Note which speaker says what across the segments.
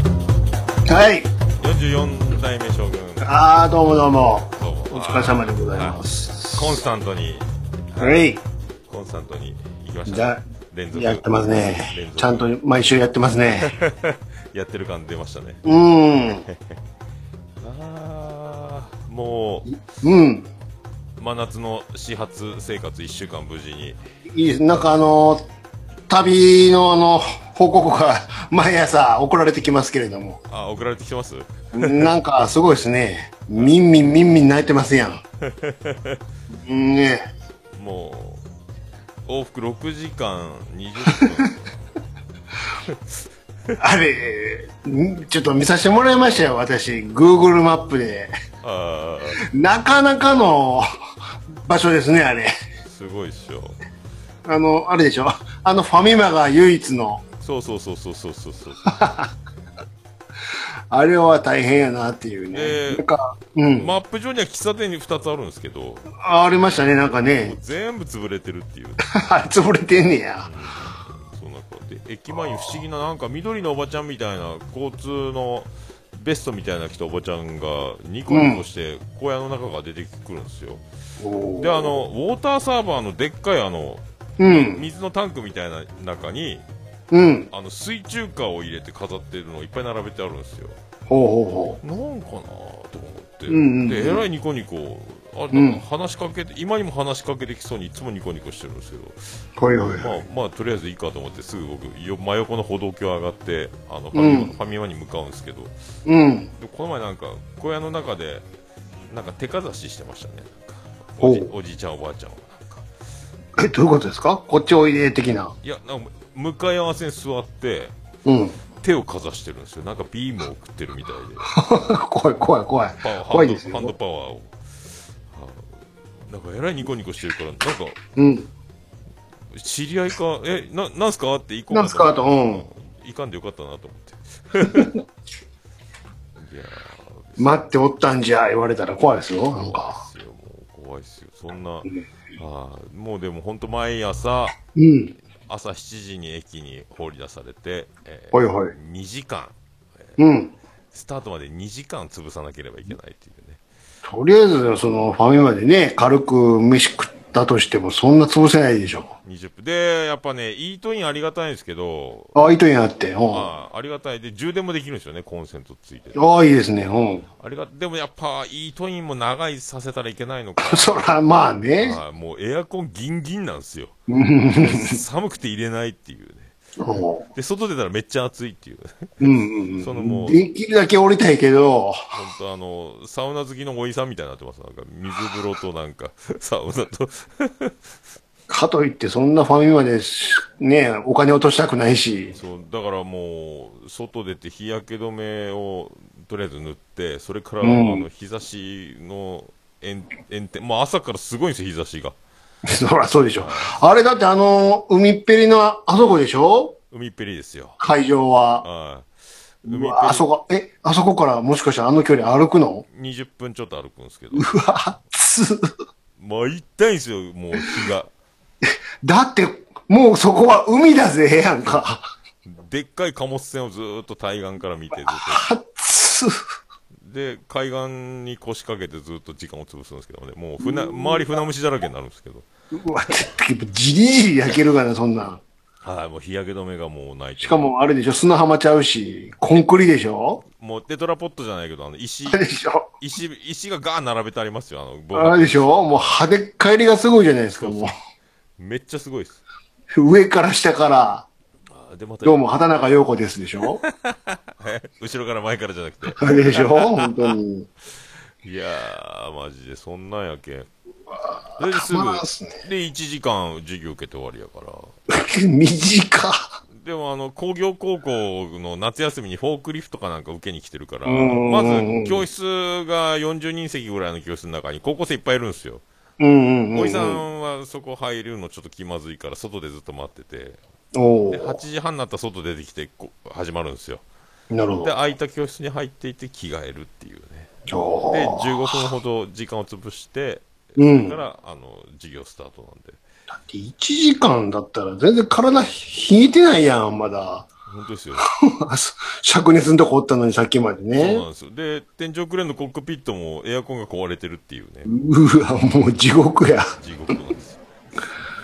Speaker 1: はい。
Speaker 2: 44代目将軍
Speaker 1: ああ、どうもどうも。
Speaker 2: どうも
Speaker 1: お疲れ様でございます。
Speaker 2: コンスタントに
Speaker 1: はい。
Speaker 2: コンスタントに行きまし
Speaker 1: じ
Speaker 2: た
Speaker 1: ゃ
Speaker 2: ね連続
Speaker 1: やってます
Speaker 2: 連
Speaker 1: ね。
Speaker 2: 続
Speaker 1: ちゃんと毎週やってますね。
Speaker 2: やってる感出ましたね
Speaker 1: うん。
Speaker 2: あーも
Speaker 1: うん。
Speaker 2: う真夏の始発生活1週間無事に
Speaker 1: いいです。なんかあの、旅のあの、報告が 毎朝送られてきますけれど も。
Speaker 2: あ送られてきてます
Speaker 1: なんかすごいですね。みんみんみんみん泣いてま すやん。ね
Speaker 2: もう往復6時間20分
Speaker 1: あれ、んちょっと見させてもらいましたよ、私。Google マップで。
Speaker 2: あ
Speaker 1: なかなかの場所ですね、あれ。
Speaker 2: あすごいっしょ
Speaker 1: あの、あれでしょあのファミマが唯一の、
Speaker 2: そうそうそうそうそうそうそう
Speaker 1: あれは大変やなっていう
Speaker 2: え
Speaker 1: ね。
Speaker 2: ー
Speaker 1: なんか、うん。
Speaker 2: マップ上には喫茶店に2つあるんですけど
Speaker 1: あありましたね、なんかね。
Speaker 2: 全部潰れてるっていう
Speaker 1: 潰れてんねや。
Speaker 2: そうなんかで駅前に不思議ななんか緑のおばちゃんみたいな交通のベストみたいな着たおばちゃんがニコニコして小屋の中から出てくるんですよ、
Speaker 1: おー
Speaker 2: であのウォーターサーバーのでっかいあの
Speaker 1: うん。
Speaker 2: 水のタンクみたいな中に
Speaker 1: うん。
Speaker 2: あの水中花を入れて飾ってるのをいっぱい並べてあるんですよ
Speaker 1: ほうほうほ
Speaker 2: なんかなと思って、
Speaker 1: んうんうん
Speaker 2: でえらいニコニコあ
Speaker 1: ん
Speaker 2: なんか話しかけて、今にも話しかけてきそうにいつもニコニコしてるんですけど
Speaker 1: う。ほいほいほい。
Speaker 2: まあ、まあ、とりあえずいいかと思って、すぐ僕、よ真横の歩道橋上がって、あのファミマ、
Speaker 1: うん
Speaker 2: ファミマに向かうんですけど、で
Speaker 1: うん。
Speaker 2: この前なんか、小屋の中で、なんか手かざししてましたね。なんか
Speaker 1: ほ
Speaker 2: お
Speaker 1: う
Speaker 2: じおじいちゃん、おばあちゃんは。なんか
Speaker 1: え、どういうことですかこっちおいで、的な。
Speaker 2: いや、なんか、向かい合わせに座って、
Speaker 1: うん。
Speaker 2: 手をかざしてるんですよ。なんかビームを送ってるみたいで、
Speaker 1: 怖い怖い怖い
Speaker 2: パワー。
Speaker 1: 怖いです
Speaker 2: ハンドハンド
Speaker 1: よ。
Speaker 2: パワーを。あなんか、えらいニコニコしてるから、なんか、
Speaker 1: うん。
Speaker 2: 知り合いか、え、ななんすかって行こう
Speaker 1: なんすかと、うん。
Speaker 2: いかんでよかったなと思って。いや
Speaker 1: 待っておったんじゃ、言われたら怖いですよ。なん
Speaker 2: ー、
Speaker 1: か。
Speaker 2: 怖いっすよ、もう怖いっすよ。そんな、あーもうでも本当毎朝、
Speaker 1: うん。
Speaker 2: 朝7時に駅に放り出されて、え
Speaker 1: ほいほい。
Speaker 2: 2時間、
Speaker 1: うん。
Speaker 2: スタートまで2時間潰さなければいけないっていうね。
Speaker 1: とりあえず、そのファミマでね、軽く飯食ったとしても、そんな潰せないでしょ。
Speaker 2: 20分。で、やっぱね、イートインありがたいんですけど、
Speaker 1: ああ、糸になって。うん。あ
Speaker 2: あーありがたい。で、充電もできるんですよね、コンセントついてて。
Speaker 1: あ、いいですね。う
Speaker 2: ありが、でもやっぱ、イートインも長いさせたらいけないのか。
Speaker 1: ん。そら、まあね。
Speaker 2: はいもうエアコンギンギンなんです よ。寒くて入れないっていうね。
Speaker 1: うん。
Speaker 2: で、外出たらめっちゃ暑いっていう。
Speaker 1: うん
Speaker 2: その
Speaker 1: う
Speaker 2: も
Speaker 1: ん。
Speaker 2: う、
Speaker 1: できるだけ降りたいけど、
Speaker 2: 本当あの、サウナ好きのおじさんみたいになってます。なんか、水風呂となんか、 サウナと。
Speaker 1: かといってそんなファミマでし、ね、お金落としたくないし。
Speaker 2: そう、だからもう、外出て日焼け止めをとりあえず塗って、それから、
Speaker 1: うん
Speaker 2: あの、日差しの炎、炎天、もう朝からすごいんですよ、日差しが。
Speaker 1: そら、そうでしょ。あれだってあの、海っぺりのああそこでしょ
Speaker 2: 海っぺりですよ。
Speaker 1: 会場は。
Speaker 2: はい。
Speaker 1: う
Speaker 2: 海っ
Speaker 1: わあ
Speaker 2: ぺ
Speaker 1: そこ、え、あそこからもしかしたらあの距離歩くの
Speaker 2: り20分ちょっと歩くんですけど、
Speaker 1: うわ、つ
Speaker 2: もう痛いんですよ、もう日が。
Speaker 1: だって、もうそこは海だぜ、やんか。
Speaker 2: でっかい貨物船をずーっと対岸から見てずっ
Speaker 1: あっつ
Speaker 2: と、で、海岸に腰掛けてずっと時間を潰すんですけどね、もう船、周り船虫だらけになるんですけど、
Speaker 1: うわ、じりじり焼けるがな、そんなん。
Speaker 2: はい、もう日焼け止めがもうない
Speaker 1: しか、もあれでしょ、砂浜ちゃうし、コンクリでしょ
Speaker 2: もうテトラポットじゃないけど、あの、石
Speaker 1: あ、れでしょ
Speaker 2: 石、石がガーン並べてありますよ、あの、僕
Speaker 1: あれでしょもう派手っ帰りがすごいじゃないですか、も
Speaker 2: めっちゃすごいです。
Speaker 1: う。上から下から、
Speaker 2: あーで、また、
Speaker 1: どうも、畑中陽子ですでしょ
Speaker 2: え後ろから前からじゃなくて、
Speaker 1: あれでしょ本当に。
Speaker 2: いやー、マジで、そんなんやけん。で、す
Speaker 1: たまらんっすね
Speaker 2: ぐ、で、1時間授業受けて終わりやから。
Speaker 1: 短っ。
Speaker 2: でもあの工業高校の夏休みにフォークリフトかなんか受けに来てるから、
Speaker 1: うんうんうん
Speaker 2: まず教室が40人席ぐらいの教室の中に高校生いっぱいいるんですよ、
Speaker 1: うんうんうん。
Speaker 2: おじさんはそこ入るのちょっと気まずいから、外でずっと待ってて、
Speaker 1: お
Speaker 2: で8
Speaker 1: ー
Speaker 2: 時半になったら外出てきてこ始まるんですよ、
Speaker 1: なるほ
Speaker 2: で空いた教室に入っていって着替えるっていうね、
Speaker 1: ど。お
Speaker 2: で
Speaker 1: ー
Speaker 2: 15分ほど時間を潰して、
Speaker 1: う
Speaker 2: それ
Speaker 1: ん。
Speaker 2: か
Speaker 1: だ
Speaker 2: らあの授業スタートなんで。
Speaker 1: って1時間だったら全然体冷えてないやん、まだ。
Speaker 2: 本当ですよ。
Speaker 1: 灼熱のとこおったのにさっきまで
Speaker 2: そう
Speaker 1: ね
Speaker 2: な。んですよ。で、天井クレーンのコックピットもエアコンが壊れてるっていうね、
Speaker 1: うわ、もう地獄や。
Speaker 2: 地獄なんですよ。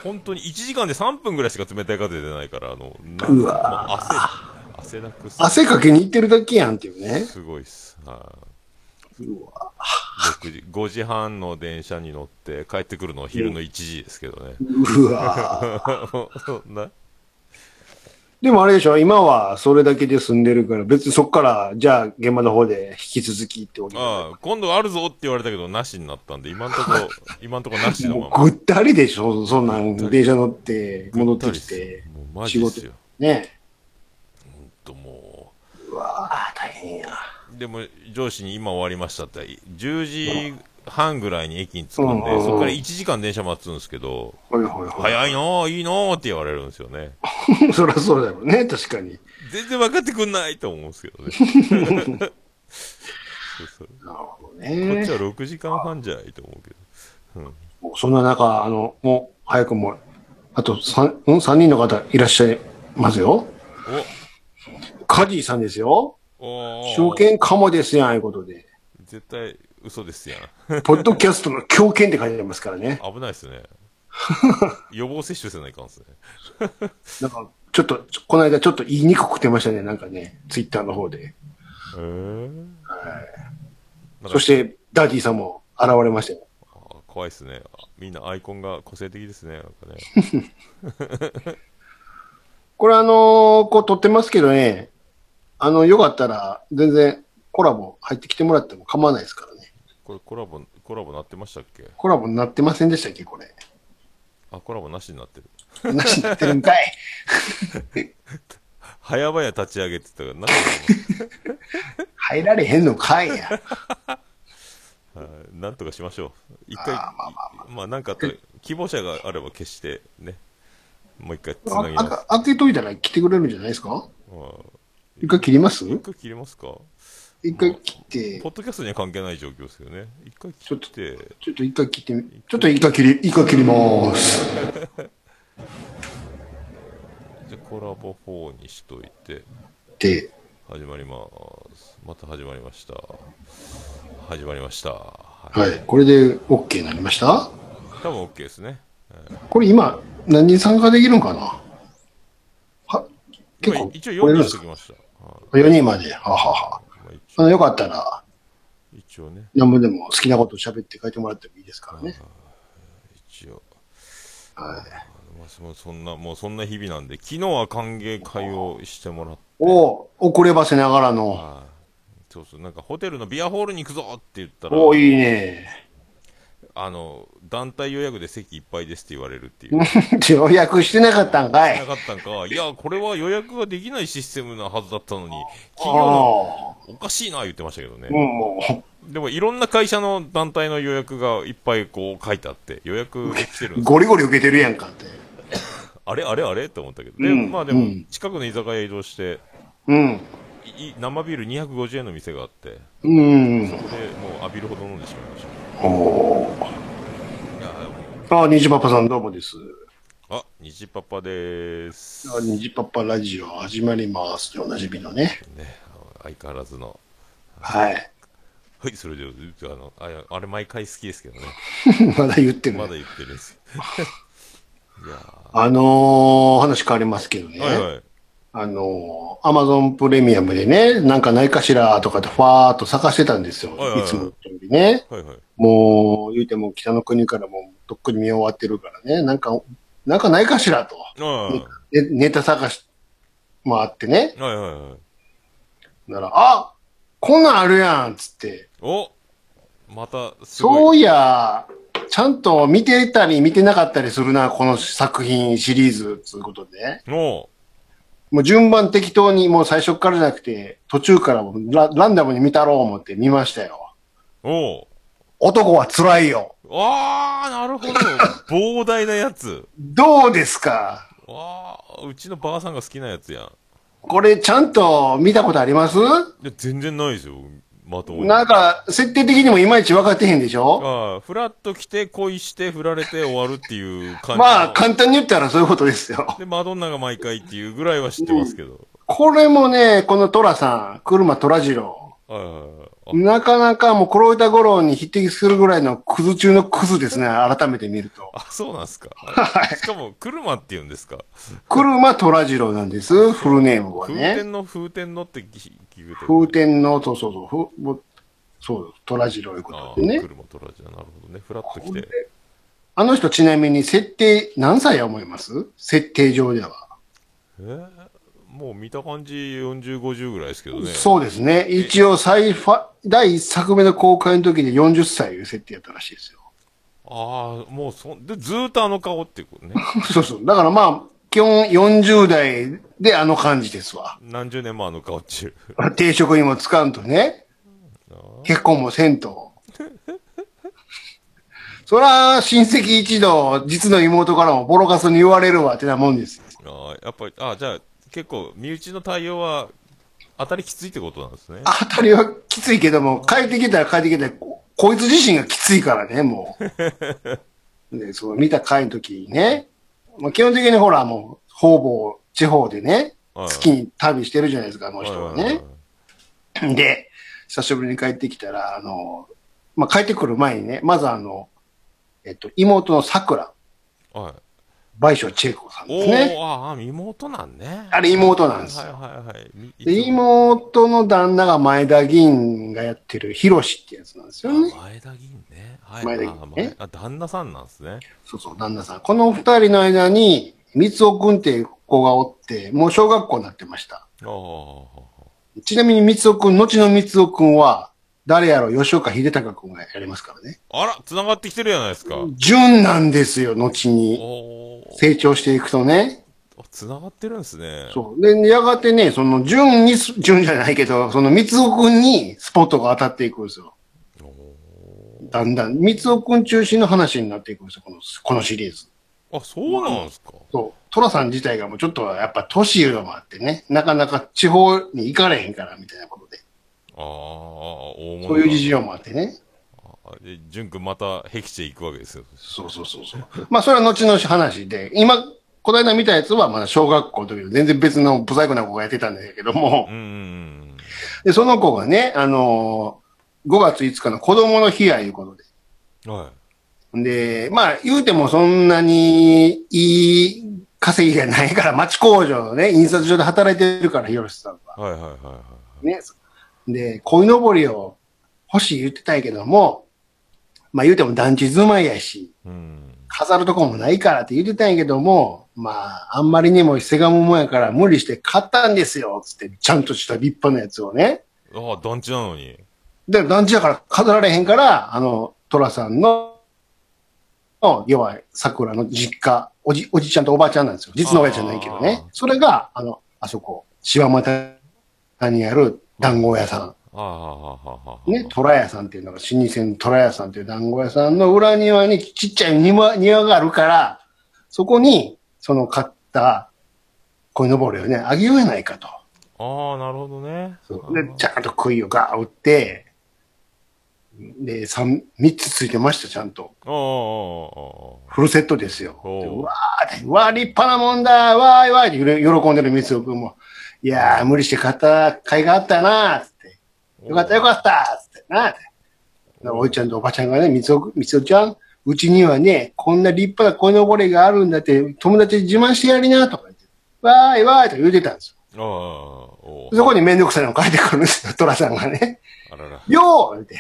Speaker 2: 本当に1時間で3分ぐらいしか冷たい風出ないから、あの、な
Speaker 1: うわ
Speaker 2: もう汗、汗なくす。
Speaker 1: 汗かけに行ってるだけやんっていうね。
Speaker 2: すごいっす。は
Speaker 1: うわ
Speaker 2: い、6時、5時半の電車に乗って帰ってくるのは昼の1時ですけどね。
Speaker 1: うわ
Speaker 2: そんな
Speaker 1: でもあれでしょ、今はそれだけで済んでるから、別にそこから、じゃあ現場の方で引き続きっておき
Speaker 2: ああ、今度あるぞって言われたけど、なしになったんで、今 んとこ、今んとこなしのま
Speaker 1: も
Speaker 2: ま。
Speaker 1: うぐったりでしょ、そんなん、電車乗って、戻っ
Speaker 2: ぐった
Speaker 1: てき
Speaker 2: りっす
Speaker 1: て
Speaker 2: よ、もうマジですよ。
Speaker 1: ね。
Speaker 2: ほんとも
Speaker 1: うわあ大変や。
Speaker 2: う。でも、上司に今終わりましたって、10時半ぐらいに駅に着くんで、
Speaker 1: うん
Speaker 2: そこから1時間電車待つんですけど、
Speaker 1: ほいほいほい。
Speaker 2: 早いのいいのって言われるんですよね。
Speaker 1: そりゃそうだろうね、確かに。
Speaker 2: 全然分かってくんないと思うんですけど ね。そうそう
Speaker 1: なるほど
Speaker 2: こっ
Speaker 1: ね
Speaker 2: ち。は6時間半じゃないと思うけど。
Speaker 1: もうそんな中、あの、もう、早くも、あと3、うん、三人の方いらっしゃいますよ。カジーさんですよ。
Speaker 2: おおー
Speaker 1: 証券かもですやん、いうこと で。
Speaker 2: 絶対嘘ですやん。
Speaker 1: ポッドキャストの狂犬って書いてますからね。
Speaker 2: 危ないっす ね。予防接種せないかんっすね。
Speaker 1: なんか、ちょっと、ちょこの間ちょっと言いにくくてましたね、なんかね、ツイッターの方で。
Speaker 2: えー、
Speaker 1: そして、ダディさんも現れましたよ。
Speaker 2: あ怖いっすね。みんなアイコンが個性的ですね。なんかね。
Speaker 1: これあのーこう撮ってますけどね、あの、よかったら、全然コラボ入ってきてもらっても構わないですからね。
Speaker 2: これコラボ、コラボなってましたっけ
Speaker 1: コラボになってませんでしたっけ、これ。
Speaker 2: あ、コラボなしになってる。
Speaker 1: なしになってるんかい。
Speaker 2: 早々立ち上げって言ったから、
Speaker 1: 入られへんのかいや。
Speaker 2: なんとかはいなんとかしましょう。一回、まあなんかあったら、希望者があれば消して、ね。もう一回つなぎます。
Speaker 1: ああ開けといたら来てくれるんじゃないですか
Speaker 2: うん
Speaker 1: 一回切ります
Speaker 2: 一回切れますか
Speaker 1: 一回切って
Speaker 2: ポ、ッドキャストには関係ない状況ですよね。一回切って、
Speaker 1: ちょっと一回切ってみ、ちょっと一回切り、一回切ります。
Speaker 2: じゃあコラボ4にしといて。
Speaker 1: で、
Speaker 2: 始まります。また始まりました。始まりました。は
Speaker 1: はい。これで OK になりました
Speaker 2: 多分 OK ですね。
Speaker 1: これ今、何人参加できるんかなは、結
Speaker 2: 今
Speaker 1: 構、
Speaker 2: 一応
Speaker 1: これ
Speaker 2: 4
Speaker 1: で
Speaker 2: に
Speaker 1: す
Speaker 2: しと
Speaker 1: か
Speaker 2: きました。はい
Speaker 1: 4人まで。はあはあはあ
Speaker 2: まあ、一
Speaker 1: あの、よかったら、
Speaker 2: 一応ね、
Speaker 1: 何もでも好きなこと喋って書いてもらってもいいですからね。
Speaker 2: 一応。
Speaker 1: はい。
Speaker 2: まあ、そそんな、もうそんな日々なんで、昨日は歓迎会をしてもらって、
Speaker 1: おう遅ればせながらの。
Speaker 2: はいそうそう、なんかホテルのビアホールに行くぞって言ったら、
Speaker 1: おおいいね。
Speaker 2: あの、団体予約で席いっぱいですって言われるっていう。な
Speaker 1: 予約してなかったんかい。
Speaker 2: かったんか、いや、これは予約ができないシステムなはずだったのに、企業の
Speaker 1: ああ。
Speaker 2: おかしいな言ってましたけどね。
Speaker 1: うん、も
Speaker 2: でもいろんな会社の団体の予約がいっぱいこう書いてあって、予約できてるんで
Speaker 1: う、
Speaker 2: すよ
Speaker 1: ゴリゴリ受けてるやんかって。
Speaker 2: あれあれあれって思ったけど。で、
Speaker 1: うん
Speaker 2: まあでも
Speaker 1: うん、
Speaker 2: 近くの居酒屋移動して、
Speaker 1: うん。
Speaker 2: いい生ビール250円の店があって、
Speaker 1: うん。
Speaker 2: そこでもう浴びるほど飲んでしまいまし
Speaker 1: おお。
Speaker 2: た。いやもう
Speaker 1: あ、にじパパさんどうもです。
Speaker 2: あ、虹パパでーす。
Speaker 1: あにじパパラジオ始まります。おなじみのね。
Speaker 2: ね、あの相変わらずの。
Speaker 1: はい。
Speaker 2: はい、それで、うあの、あいやあれ毎回好きですけどね。
Speaker 1: まだ言ってる、
Speaker 2: まだ言ってるんです。 いや
Speaker 1: あのー、話変わりますけどね。
Speaker 2: ーはいはい。
Speaker 1: あのー、アマゾンプレミアムでね、なんかないかしらとかでファーっと探してたんです
Speaker 2: は
Speaker 1: よ。
Speaker 2: いはいはい
Speaker 1: いつもよりね。
Speaker 2: はいはい。
Speaker 1: もう、言うても北の国からもうとっくに見終わってるからね。なんか、なんかないかしらと。
Speaker 2: ああ、はい
Speaker 1: でネタ探しもあってね。
Speaker 2: はいはい。
Speaker 1: なら、あこんなんあるやんつって。
Speaker 2: おまた、すごい。
Speaker 1: そういや、ちゃんと見てたり見てなかったりするな、この作品シリーズ、つうことで。
Speaker 2: お
Speaker 1: もう順番適当に、もう最初からじゃなくて、途中からもラランダムに見たろう思って見ましたよ。
Speaker 2: お
Speaker 1: 男は辛いよ。
Speaker 2: ああ、なるほど。膨大なやつ。
Speaker 1: どうですか
Speaker 2: ああ、うちのばあさんが好きなやつやん。
Speaker 1: これちゃんと見たことあります
Speaker 2: いや、全然ないですよ。まともに。
Speaker 1: なんか、設定的にもいまいち分かってへんでしょ
Speaker 2: ああ、フラッと来て、恋して、振られて終わるっていう感じの。
Speaker 1: まあ、簡単に言ったらそういうことですよ。
Speaker 2: で、マドンナが毎回っていうぐらいは知ってますけど。
Speaker 1: これもね、このトラさん、車虎次郎。
Speaker 2: はいはいはいはい。
Speaker 1: なかなかもう黒板五郎に匹敵するぐらいのクズ中のクズですね、改めて見ると。
Speaker 2: あ、あそうなんですか。はい。しかも、車って言うんですか。
Speaker 1: 車虎次郎なんです、フルネームは
Speaker 2: 風
Speaker 1: ね。
Speaker 2: 天の風天のって聞聞く
Speaker 1: 風
Speaker 2: と。
Speaker 1: 天の、そうそうそう、ふもうそう、虎次郎いうこ
Speaker 2: ああ、
Speaker 1: とでね。
Speaker 2: 車とラジオ。なるほどね。フラッと来て。
Speaker 1: あの人ちなみに設定、何歳や思います設定上では。
Speaker 2: えーもう見た感じ40、50ぐらいですけどね。
Speaker 1: そうですね。一応最ファ、第1作目の公開の時に40歳いう設定やったらしいですよ。
Speaker 2: ああ、もうそん、で、ずーっとあの顔っていうこと ね。
Speaker 1: そうそう。だからまあ、基本40代であの感じで すわ。
Speaker 2: 何十年もあの顔っちゅう。
Speaker 1: 定職にもつかんとね。結婚もせんと。そら、親戚一同、実の妹からもボロカスに言われるわってなもんですよ。
Speaker 2: ああ、やっぱり、ああ、じゃあ、結構、身内の対応は、当たりきついってことなんですね。
Speaker 1: 当たりはきついけども、帰ってきたら帰ってきたら、ここいつ自身がきついからね、もう。で、その見た回の時にね、まあ、基本的にほらもう、方々、地方でね、
Speaker 2: はい
Speaker 1: 好きに旅してるじゃないですか、あの
Speaker 2: はい
Speaker 1: 人
Speaker 2: は
Speaker 1: はい
Speaker 2: はい
Speaker 1: ね。で、久しぶりに帰ってきたら、あの、まあ、帰ってくる前にね、まずあの、えっと、妹の桜、
Speaker 2: はい。
Speaker 1: 倍賞千恵子さん
Speaker 2: お
Speaker 1: で
Speaker 2: お
Speaker 1: すね。
Speaker 2: ああ、妹なんね。
Speaker 1: あれ妹なんですよ
Speaker 2: はいはいはいみ。
Speaker 1: で、
Speaker 2: いつも
Speaker 1: 妹の旦那が前田議員がやってるヒロシってやつなんですよね。
Speaker 2: あ前田議員ね。はい。
Speaker 1: 前田議員
Speaker 2: あ
Speaker 1: ね
Speaker 2: 前あ、旦那さんなんですね。
Speaker 1: そうそう、旦那さん。この二人の間に、三尾くんっていう子がおって、もう小学校になってました。
Speaker 2: ああ。
Speaker 1: ちなみに三尾くん、後の三尾くんは、誰やろ、吉岡秀隆くんがやりますからね。
Speaker 2: あら、繋がってきてるじゃないですか。
Speaker 1: 純なんですよ、後
Speaker 2: お
Speaker 1: に。
Speaker 2: お。
Speaker 1: 成長していくとね。
Speaker 2: あ繋がってるんですね。
Speaker 1: そう。で、やがてね、その純に、純じゃないけど、その三尾くんにスポットが当たっていくんですよ。だんだん、三尾くん中心の話になっていくんですよ、この、このシリーズ。
Speaker 2: あ、そうなんですか。
Speaker 1: そう。トラさん自体がもうちょっとやっぱ年いうのもあってね、なかなか地方に行かれへんからみたいなことで、
Speaker 2: ああ、大物。
Speaker 1: そういう事
Speaker 2: 情。
Speaker 1: 情もあってね。
Speaker 2: で、淳君また、へき地へ行くわけですよ。
Speaker 1: そうそうそうそう。 まあそれは後々話で、今、この間見たやつはまだ小学校の時の全然別の不細工な子がやってたんだけども
Speaker 2: う、んうん
Speaker 1: で、その子がね、あのー5月5日の子供の日やいうことで、
Speaker 2: うん。は
Speaker 1: で、まあ、言うてもそんなにいい稼ぎがないから、町工場のね、印刷所で働いてるから、ヒロシさんは。
Speaker 2: い。はいはいはいはい。
Speaker 1: ね。で、鯉のぼりを欲しい言ってたんやけども、まあ言うても団地住まいやし、
Speaker 2: うん。
Speaker 1: 飾るとこもないからって言ってたんやけども、まあ、あんまりにもせがむもんやから無理して買ったんですよ、つって、ちゃんとした立派なやつをね。
Speaker 2: ああ、団地なのに。
Speaker 1: で、団地だから飾られへんから、あの、寅さんの、の要は、桜の実家、おじ、おじちゃんとおばあちゃんなんですよ。実の親じゃないけどね
Speaker 2: あー。
Speaker 1: それが、あの、あそこ、柴又にある団子屋さん。
Speaker 2: ああ、はあはあはあ。
Speaker 1: ね、虎屋さんっていうのが、老舗の虎屋さんっていう団子屋さんの裏庭にちっちゃい庭庭があるから、そこに、その買った、鯉のぼりをね、あげようやないかと。
Speaker 2: ああ、なるほどね。
Speaker 1: で、ちゃんと杭をガー打って、で、三、三つついてました、ちゃんと。
Speaker 2: ああ、ああ、ああ。
Speaker 1: フルセットですよ。
Speaker 2: おう
Speaker 1: でうわーって、うわー立派なもんだ、わーいわーって喜喜んでる三つ君も、いやー、無理して買った甲斐があったなーっつって。よかったよかったつってな。おいちゃんとおばちゃんがね、みつお、みつおちゃん、うちにはね、こんな立派な鯉のぼりがあるんだって、友達に自慢してやりな、とか言って、わーいわーいとか言うてたんです
Speaker 2: ああ、お
Speaker 1: よ。そこにめんどくさいの書いてくるんですよ、寅さんがね。
Speaker 2: あらら。
Speaker 1: よー言うて、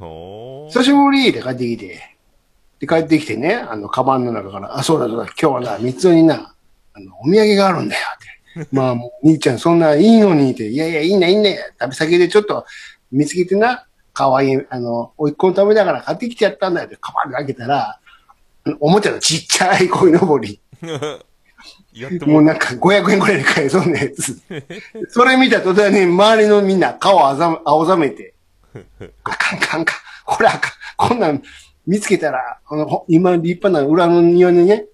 Speaker 2: おー
Speaker 1: 久しぶりって帰ってきて。で、帰ってきてね、あの、カバンの中から、あ、そうだそうだ、今日はな、三つおにな、あの、お土産があるんだよ、って。まあ、もう、兄ちゃんそんないいのに、って、いやいや、いいんだ、いいんだよ。旅先でちょっと見つけてな、可愛いあの、おいっ子のためだから買ってきてやったんだよ、って、カバン開けたら、あのおもちゃのちっちゃい鯉のぼり。
Speaker 2: やって
Speaker 1: も
Speaker 2: も
Speaker 1: う
Speaker 2: う
Speaker 1: なんか500円くらいで買えそうなやつ。それ見た途端に周りのみんな顔をあざむ青ざめて、あかんあかんあかん、これあかん、こんなん見つけたら、あの、ほ今立派な裏の庭にね、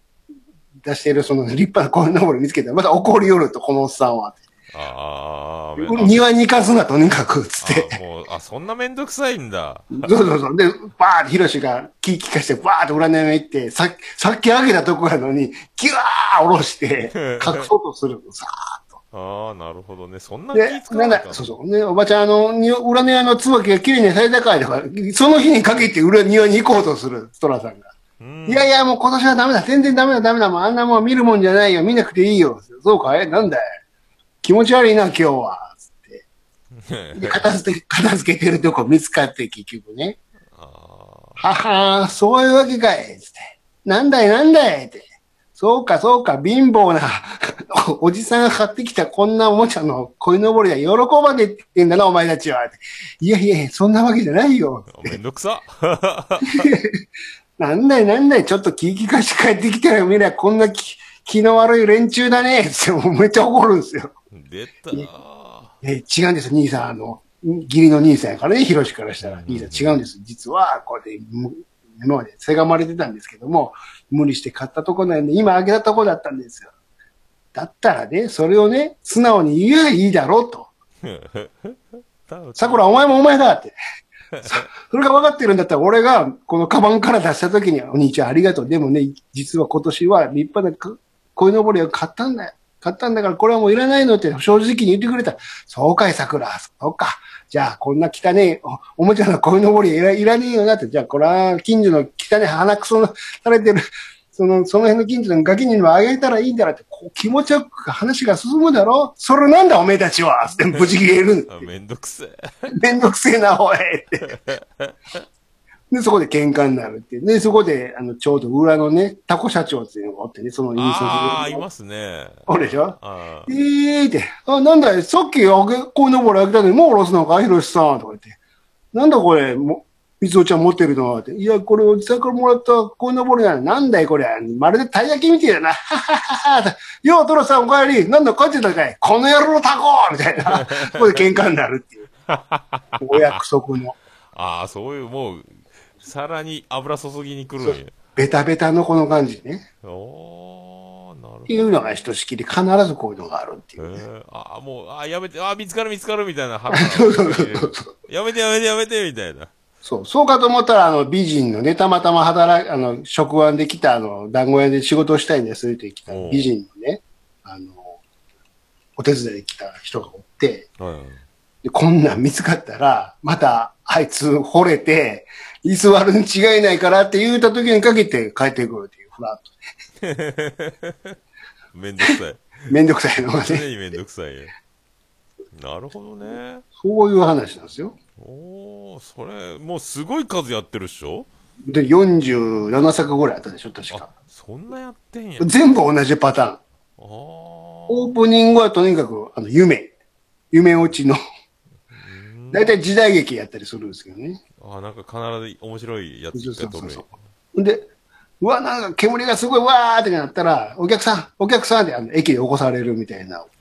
Speaker 1: 出してるその立派なこのぼり見つけたら、また怒りよると、このおっさんは。
Speaker 2: ああ、っ
Speaker 1: 庭に行かすな、とにかく、つって。
Speaker 2: あもう、あ、そんなめんどくさいんだ。
Speaker 1: そうそうそう。で、バーって、ヒロシが気利かして、バーって裏の庭に行って、さっき、さっき開けたとこやのに、ギュワー下ろして、隠そうとする。さーっと。
Speaker 2: あああ、なるほどね。そんな気
Speaker 1: で
Speaker 2: 使、わ
Speaker 1: なん
Speaker 2: ないか
Speaker 1: だ、そうそう。ね、おばちゃん、あの、に裏の庭の椿が綺麗に咲いたかいとか、その日にかけて裏庭に行こうとする、トラさんが。
Speaker 2: うん
Speaker 1: いやいや、もう今年はダメだ。全然ダメだ、ダメだ。もうあんなもん見るもんじゃないよ。見なくていいよ。そうかいなんだい気持ち悪いな、今日は。つって。で、片付け、片付けてるとこ見つかって、結局ね。
Speaker 2: あ
Speaker 1: ははーそういうわけかい。つって。なんだい、なんだい。って。そうか、そうか、貧乏な おじさんが買ってきたこんなおもちゃの鯉のぼりは喜ばねえって言うんだな、お前たちは。っていやいや、そんなわけじゃないよ。
Speaker 2: あ、めんどくさ。
Speaker 1: なんだいなんだい、ちょっと聞き返して帰ってきたら見りゃこんなき気の悪い連中だね って、もうめっちゃ怒るんですよ。
Speaker 2: 出た ー。
Speaker 1: え、違うんですよ、兄さん。あの、義理の兄さんやからね、ヒロシからしたら。兄さん違うんです。実は、これで、む今までせがまれてたんですけども、無理して買ったとこなんで、今あげたとこだったんですよ。だったらね、それをね、素直に言えばいいだろうと。桜、お前もお前だって。そそれが分かってるんだったら、俺がこのカバンから出した時に、お兄ちゃんありがとう。でもね、実は今年は立派なこ鯉のぼりを買ったんだよ。買ったんだから、これはもういらないのって正直に言ってくれた。そうかい、桜。そうか。じゃあ、こんな汚いおおもちゃの鯉のぼりいらいらねえよなって。じゃあ、これは近所の汚い鼻くそのされてる、その、その辺の近所のガキにもあげたらいいんだなって、こう気持ちよく話が進むだろそれなんだ、おめえたちはって、無事切れるんだ
Speaker 2: あめんどくせえ。
Speaker 1: めんどくせえな、おいって。で、そこで喧嘩になるっていう。で、そこで、あの、ちょうど裏のね、タコ社長っていうのがおってね、その印
Speaker 2: ああ、い
Speaker 1: 象
Speaker 2: ますね。
Speaker 1: おるでしょ
Speaker 2: あ
Speaker 1: えーって、あ、なんだい、さっきあげ、こうのぼりあげたのに、もう下ろすのか、ひろしさん、とか言って。なんだこれ、も、みつおちゃん持ってるのはって。いや、これおじさんからもらったこうのぼりなの。なんだい、これ。まるでたい焼きみてえだな。はははは。よう、トロさんお帰り。なんだ、帰ってたかい。この野郎タコみたいな。ここで喧嘩になるっていう。お約束の。
Speaker 2: あー、そういう、もう、さらに油注ぎに来るんや。
Speaker 1: ベタベタのこの感じね。
Speaker 2: おー、なるほど
Speaker 1: って。いうのがひとしきり必ずこういうのがあるって
Speaker 2: え
Speaker 1: いう。
Speaker 2: ー、あー、もう、あー、やめて、あー、見つかる見つかるみたいな。
Speaker 1: そうそうそうそう。
Speaker 2: やめてやめてやめてみたいな。
Speaker 1: そう、そうかと思ったら、あの、美人のね、たまたま働く、あの、職安で来た、あの、団子屋で仕事をしたいんですって言って来た
Speaker 2: おう
Speaker 1: 美人のね、あの、お手伝いで来た人がおって、でこんなん見つかったら、また、あいつ惚れて、居座るに違いないからって言うた時にかけて帰ってくるっていう、ふらっと。
Speaker 2: めんどくさい。
Speaker 1: めんどくさいのが
Speaker 2: 常
Speaker 1: ね、
Speaker 2: にめんどくさいよ。なるほどね。
Speaker 1: そういう話なんですよ。
Speaker 2: おー、それ、もうすごい数やってるっしょ
Speaker 1: で、47作ぐらいあったでしょ、確
Speaker 2: あ
Speaker 1: か。、
Speaker 2: そんなやってんや。
Speaker 1: 全部同じパターン。
Speaker 2: あー。
Speaker 1: オープニングはとにかく、あの、夢。夢落ちの。大体時代劇やったりするんですけどね。
Speaker 2: あ、なんか必ず面白いやつ
Speaker 1: そうそ
Speaker 2: が
Speaker 1: うそ
Speaker 2: 取
Speaker 1: う
Speaker 2: るんや
Speaker 1: そう。で、うわ、なんか煙がすごいわーってなったら、お客さん、お客さんであの駅で起こされるみたいな。
Speaker 2: あー、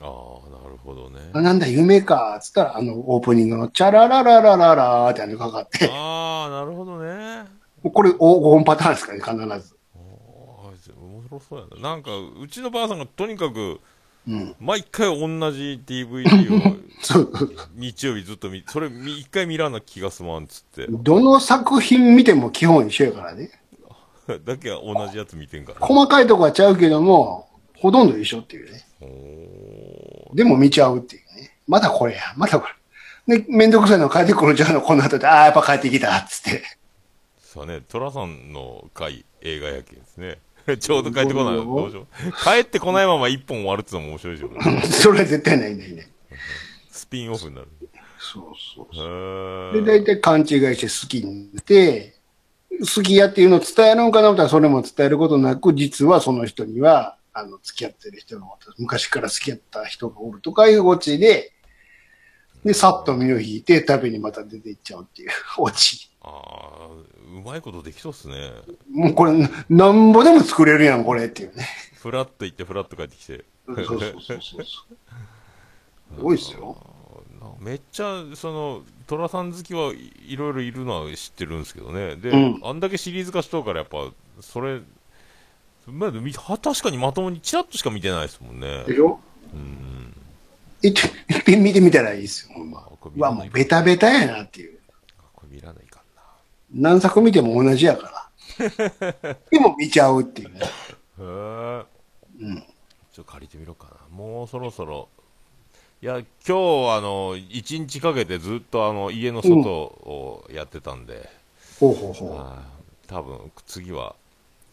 Speaker 2: なるほどね。
Speaker 1: あなんだ、夢かーっつったら、あの、オープニングのチャララララララーってあのかかって、
Speaker 2: あー、なるほどね。
Speaker 1: もうこれ黄金パターンですかね、必ず。
Speaker 2: おー面白そうやな。なんか、うちのばあさんがとにかく、
Speaker 1: うん。
Speaker 2: 毎回同じ DVD を
Speaker 1: そう。
Speaker 2: 日曜日ずっと見、それみ一回見らんな気がすまんっつって。
Speaker 1: どの作品見ても基本一緒やからね。
Speaker 2: だけは同じやつ見てんから。
Speaker 1: 細かいとこはちゃうけども、ほとんど一緒っていうね。
Speaker 2: おー
Speaker 1: でも見ちゃうっていうね。まだこれや、まだこれ。で、めんどくさいの帰ってくるじゃんの、この後で、ああ、やっぱ帰ってきた、つって。
Speaker 2: さあね、寅さんの回、映画やけんですね。 ちょうど帰ってこない。どうしよう。帰ってこないまま一本終わるっつうのも面白いじゃん。
Speaker 1: それは絶対ないないない。
Speaker 2: スピンオフになる。
Speaker 1: そうそう
Speaker 2: へー
Speaker 1: で、大体勘違いして好きになって、好きやっていうのを伝えるんかなと思ったら、それも伝えることなく、実はその人には、あの、付き合ってる人の、昔から付き合った人がおるとかいうオチで、で、さっと身を引いて、食べにまた出ていっちゃうっていうオチ。
Speaker 2: あーうまいことできそうっすね。
Speaker 1: もうこれ、なんぼでも作れるやん、これっていうね。
Speaker 2: フラッと行って、フラッと帰ってきて。
Speaker 1: そうそうそうそうそう。 すごいですよ。
Speaker 2: なめっちゃ、その、寅さん好きはいいろいろいるのは知ってるんですけどね。で、
Speaker 1: うん
Speaker 2: あんだけシリーズ化しとうから、やっぱ、それ、まあ、みは確かにまともにチラッとしか見てないですもんね。
Speaker 1: でしょ
Speaker 2: うん。
Speaker 1: いっいっぺん見てみたらいいですよ、ほんま。
Speaker 2: これ
Speaker 1: う
Speaker 2: 見な
Speaker 1: わ、
Speaker 2: い
Speaker 1: もうベタベタやなっていう。
Speaker 2: これ見らないかんな。
Speaker 1: 何作見ても同じや から。でも見ちゃうっていうね。
Speaker 2: へえ。ち
Speaker 1: うん
Speaker 2: ょっと借りてみろかな。もうそろそろ、いや、今日あの、一日かけてずっとあの、家の外をやってたんで、
Speaker 1: ほうほうほ
Speaker 2: あー多分次は、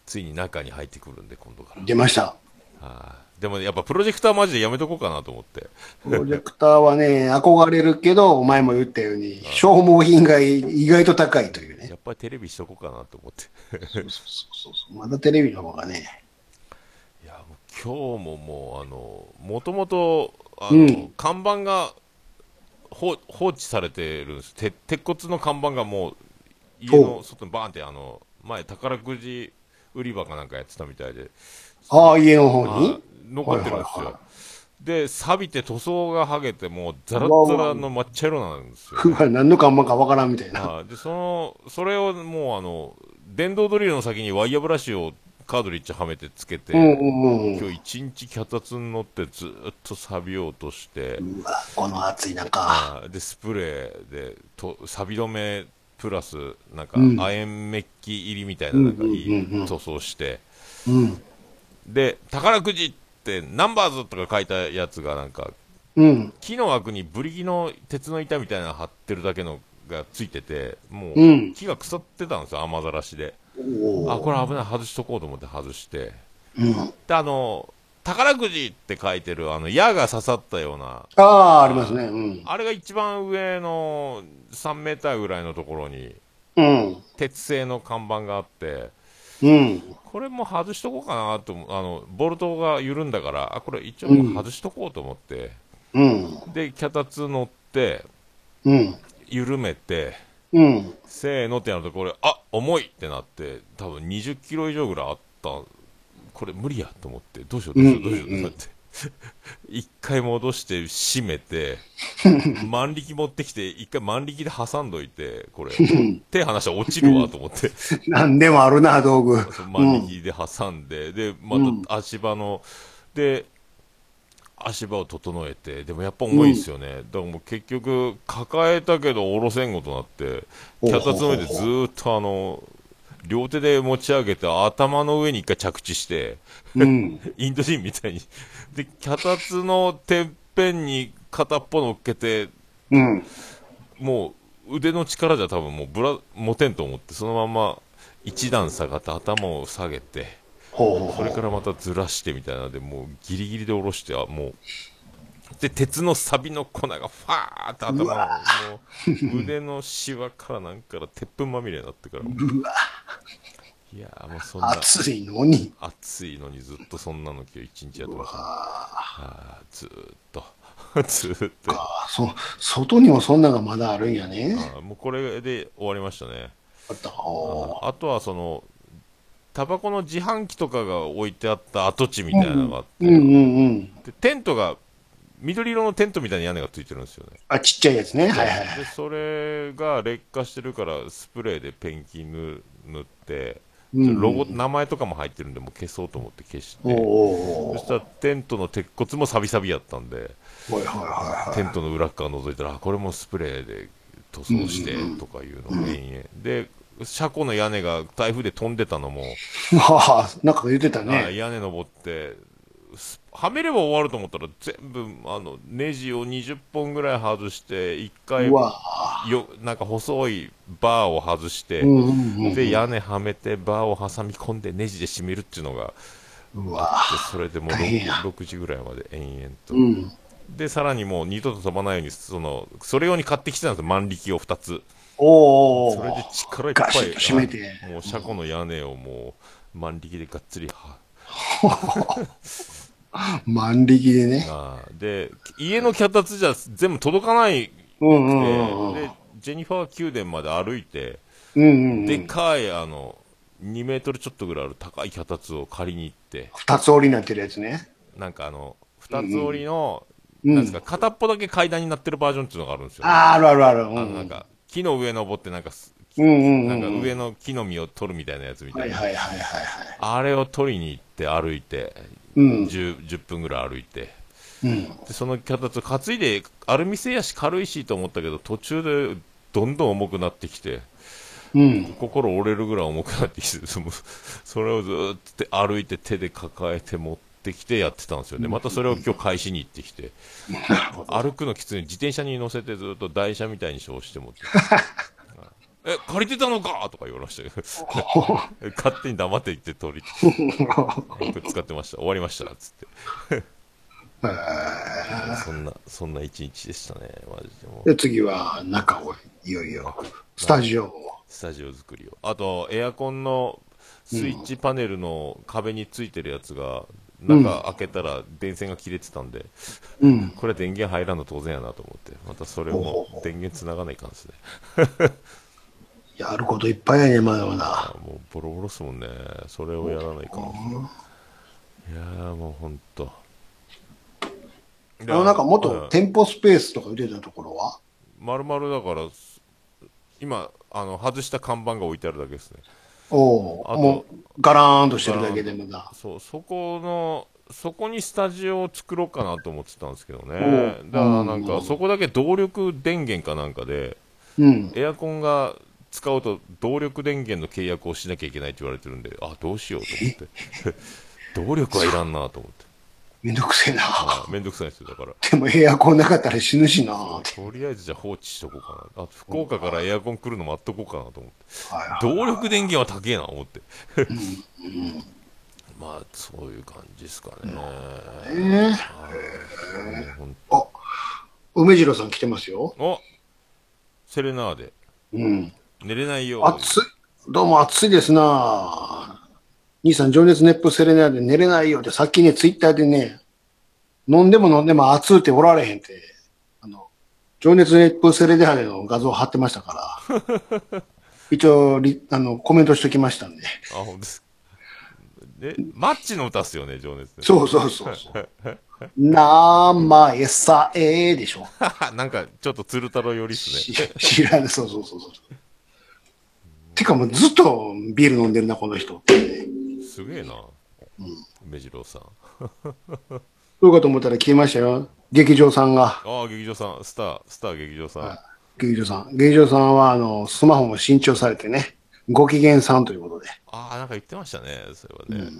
Speaker 2: ついに中に入ってくるんで、今度から
Speaker 1: う。。出ました。
Speaker 2: あーでもねやっぱプロジェクターマジでやめとこうかなと思って。
Speaker 1: プロジェクターはね、憧れるけど、お前も言ったように、消耗品が意外と高いというね。
Speaker 2: やっぱりテレビしとこうかなと思って。
Speaker 1: そうそうそうそう。まだテレビの方がね。
Speaker 2: いや、もう今日ももう、あの、もともと、あの、
Speaker 1: うん
Speaker 2: 看板が放放置されてるんです。て鉄骨の看板がもう、家の外にバーンって、あの、前、宝くじ売り場かなんかやってたみたいで、
Speaker 1: ああ、家の方
Speaker 2: あ
Speaker 1: に
Speaker 2: 残ってるんです
Speaker 1: はいは
Speaker 2: よ
Speaker 1: いは。
Speaker 2: で、錆びて塗装が剥げて、もうザラッザラの抹茶色なんですよ。
Speaker 1: うわ何の看板かわからんみたいな。
Speaker 2: あーでそのそれをもうあの電動ドリルの先にワイヤーブラシをカードリッジはめてつけて、
Speaker 1: うんうんうん。
Speaker 2: 今日一日脚立に乗ってずーっと錆びようとして、
Speaker 1: うわ、この暑い中。
Speaker 2: あーでスプレーでと錆び止めプラスなんか
Speaker 1: うん
Speaker 2: 亜鉛メッキ入りみたいななんかい
Speaker 1: うんうんうんう
Speaker 2: い
Speaker 1: ん
Speaker 2: 塗装して、
Speaker 1: うん。
Speaker 2: で宝くじってナンバーズとか書いたやつがなんか
Speaker 1: うん。
Speaker 2: 木の枠にブリキの鉄の板みたいなの貼ってるだけのがついてても
Speaker 1: う
Speaker 2: うん木が腐ってたんですよ雨ざらしで。
Speaker 1: お
Speaker 2: あ
Speaker 1: お。
Speaker 2: これ危ない外しとこうと思って外して
Speaker 1: うん。
Speaker 2: であの宝くじって書いてるあの矢が刺さったような
Speaker 1: ああ、ありますね。うん。
Speaker 2: あれが一番上の3メーターぐらいのところに
Speaker 1: うん。
Speaker 2: 鉄製の看板があって
Speaker 1: うん。
Speaker 2: これも外しとこうかなと思うあのボルトが緩んだからあこれ一応もう外しとこうと思って、
Speaker 1: うん。
Speaker 2: で脚立乗って
Speaker 1: うん。
Speaker 2: 緩めて
Speaker 1: うん。
Speaker 2: せーのってなるとこれあ重いってなって多分20キロ以上ぐらいあったこれ無理やと思ってどうしようどうしようどうしよう
Speaker 1: うんうんうん
Speaker 2: ってなって一回戻して締め て万力持ってきて一回万力で挟んどいて これ手離したら落ちるわと思って
Speaker 1: なんでもあるな、道具。
Speaker 2: 万力で挟んででま
Speaker 1: うん
Speaker 2: た足場ので足場を整えてでもやっぱ重いですよね、だからもう結局抱えたけど下ろせんごとなって
Speaker 1: ほうほう
Speaker 2: 脚
Speaker 1: ほう
Speaker 2: 立の上でずーっとあの両手で持ち上げて頭の上に一回着地して
Speaker 1: うん。
Speaker 2: インド人みたいにで脚立のてっぺんに片っぽ乗っけて
Speaker 1: うん。
Speaker 2: もう腕の力じゃ多分もうぶら持てんと思ってそのまま一段下がって頭を下げて
Speaker 1: ほうほうほ
Speaker 2: そうれからまたずらしてみたいなのでもうギリギリで下ろしてあもうで鉄のサビの粉がファーって頭を
Speaker 1: うわ
Speaker 2: もう腕のシワからなんから鉄粉まみれになってからもう
Speaker 1: うわ、
Speaker 2: いやーもうそんな
Speaker 1: 暑いのに。
Speaker 2: 暑いのにずっとそんなの今日一日やってました
Speaker 1: あ
Speaker 2: あーずーっと ずーっとあ
Speaker 1: あ、そ、外にもそんなんがまだあるんやね。
Speaker 2: ーもうこれで終わりましたね
Speaker 1: あった。お
Speaker 2: あとはそのタバコの自販機とかが置いてあった跡地みたいなのがあって、
Speaker 1: ーうんうんうん。
Speaker 2: でテントが緑色のテントみたいな屋根がついてるんですよね
Speaker 1: あ、ちっちゃいやつね。はいはい。
Speaker 2: でそれが劣化してるからスプレーでペンキ塗塗って
Speaker 1: うんうん
Speaker 2: ロゴ名前とかも入ってるんでもう消そうと思って消し
Speaker 1: おー
Speaker 2: て
Speaker 1: お
Speaker 2: そ
Speaker 1: ー
Speaker 2: したらテントの鉄骨もサビサビやったんで
Speaker 1: おーはい はいはいはい。
Speaker 2: テントの裏っ側覗いたらあこれもスプレーで塗装してとかいうのを延々で車庫の屋根が台風で飛んでたのも、
Speaker 1: はあ、なんか言ってた
Speaker 2: あ
Speaker 1: ね。
Speaker 2: 屋根登ってすはめれば終わると思ったら全部あのネジを20本ぐらい外して1回
Speaker 1: うわ
Speaker 2: よなんか細いバーを外して、
Speaker 1: うんうんうん。
Speaker 2: で屋根はめてバーを挟み込んでネジで締めるっていうのが
Speaker 1: うわ
Speaker 2: でそれでもう
Speaker 1: 大変や
Speaker 2: 6, 時ぐらいまで延々と、
Speaker 1: うん。
Speaker 2: でさらにもう二度と飛ばないようにそのそれ用に買ってきてたんですよ万力を2つ
Speaker 1: おー
Speaker 2: それで力いっぱ
Speaker 1: ガシ
Speaker 2: い
Speaker 1: ッと締めて。
Speaker 2: あもう車庫の屋根をもう万力でがっつりは
Speaker 1: 万力でね。
Speaker 2: あーで家の脚立じゃ全部届かない
Speaker 1: うんう
Speaker 2: で,、
Speaker 1: んうんうん。
Speaker 2: でジェニファー宮殿まで歩いて
Speaker 1: うんうんう
Speaker 2: で
Speaker 1: ん。
Speaker 2: かいあの2メートルちょっとぐらいある高い脚立を借りに行って
Speaker 1: 二つ折りになってるやつね。
Speaker 2: なんかあの2つ折りの、
Speaker 1: うん
Speaker 2: なんですか片っぽだけ階段になってるバージョンっていうのがあるんですよ、
Speaker 1: ああ、あるあるある。う
Speaker 2: あのなん
Speaker 1: ん。
Speaker 2: か木の上登ってなんかす
Speaker 1: うんうん
Speaker 2: なんか
Speaker 1: うん。
Speaker 2: 上の木の実を取るみたいなやつみた
Speaker 1: はいい
Speaker 2: な、
Speaker 1: はいはいはいはい。
Speaker 2: あれを取りに行って歩いて、
Speaker 1: うん。
Speaker 2: 10, 10分ぐらい歩いて
Speaker 1: うん。
Speaker 2: でその脚立を担いでアルミ製やし軽いしと思ったけど途中でどんどん重くなってきて
Speaker 1: うん。
Speaker 2: 心 折れるぐらい重くなってきてそのそれをずーっと歩いて手で抱えて持っってきてやってたんですよね。またそれを今日返しに行ってきて。
Speaker 1: なるほど。
Speaker 2: 歩くのきつい。自転車に乗せてずっと台車みたいに称してもって。 え、借りてたのかとか言われましたけど。 勝手に黙って行って取り、 これ使ってました。終わりました。つって。そんな、そんな一日でしたね。マジでもう。
Speaker 1: で、次は中をいよいよ、スタジオを。
Speaker 2: スタジオ作りを。あと、エアコンのスイッチパネルの壁についてるやつが、中開けたら電線が切れてたんで、
Speaker 1: うん。
Speaker 2: これ電源入らんの当然やなと思って、またそれも電源繋がないかんですね。
Speaker 1: やることいっぱいやね、まだま
Speaker 2: あ
Speaker 1: だ。
Speaker 2: もうボロボロっすもんね。それをやらないかん。いやーもうほんと。
Speaker 1: あの、なんか
Speaker 2: う
Speaker 1: 元
Speaker 2: ん
Speaker 1: 店舗スペースとか入れたところは
Speaker 2: まるまるだから、今、あの、外した看板が置いてあるだけですね。
Speaker 1: お
Speaker 2: あ
Speaker 1: お、
Speaker 2: と
Speaker 1: もう、ガラーンとしてるだけでまだ。
Speaker 2: そう、そこの、そこにスタジオを作ろうかなと思ってたんですけどね
Speaker 1: お。う
Speaker 2: だからなん
Speaker 1: う
Speaker 2: か、
Speaker 1: ん
Speaker 2: そこだけ動力電源かなんかで、
Speaker 1: うん。
Speaker 2: エアコンが使うと動力電源の契約をしなきゃいけないって言われてるんで、あ、どうしようと 思って。動力はいらんなと思って。
Speaker 1: めんどくせえな。
Speaker 2: あめんどくさいですよ、だから。
Speaker 1: でもエアコンなかったら死ぬしな。は
Speaker 2: とりあえずじゃあ放置しとこうかな。あと、福岡からエアコン来るの待っとこうかなと思って。
Speaker 1: いはい
Speaker 2: 動力電源は高えな、思って。 まあ、そういう感じですかね。はいもうほん
Speaker 1: あ、梅次郎さん来てますよ。
Speaker 2: おセレナーデ。
Speaker 1: うん。
Speaker 2: 寝れないよ。
Speaker 1: 暑い。どうも暑いですな。兄さん、情熱熱風セレナで寝れないよって、さっきね、ツイッターでね、飲んでも飲んでも暑うっておられへんって、あの、情熱熱風セレナでの画像貼ってましたから、一応リ、あの、コメントしときましたんで。
Speaker 2: あ、ほんとです。で、マッチの歌っすよね、情熱ね。
Speaker 1: そうそうそうそう。生えさえでしょ。
Speaker 2: なんか、ちょっと鶴太郎寄りっすね。
Speaker 1: し知らない、そうそうそうそう。てかもうずっとビール飲んでるな、この人ってね。
Speaker 2: すげえな。梅次郎さん。
Speaker 1: そうかと思ったら消えましたよ。劇場さんが。
Speaker 2: ああ、劇場さん、スター、スター劇場さん。
Speaker 1: 劇場さん。劇場さんは、あの、スマホも新調されてね、ご機嫌さんということで。
Speaker 2: ああ、なんか言ってましたね、それはね。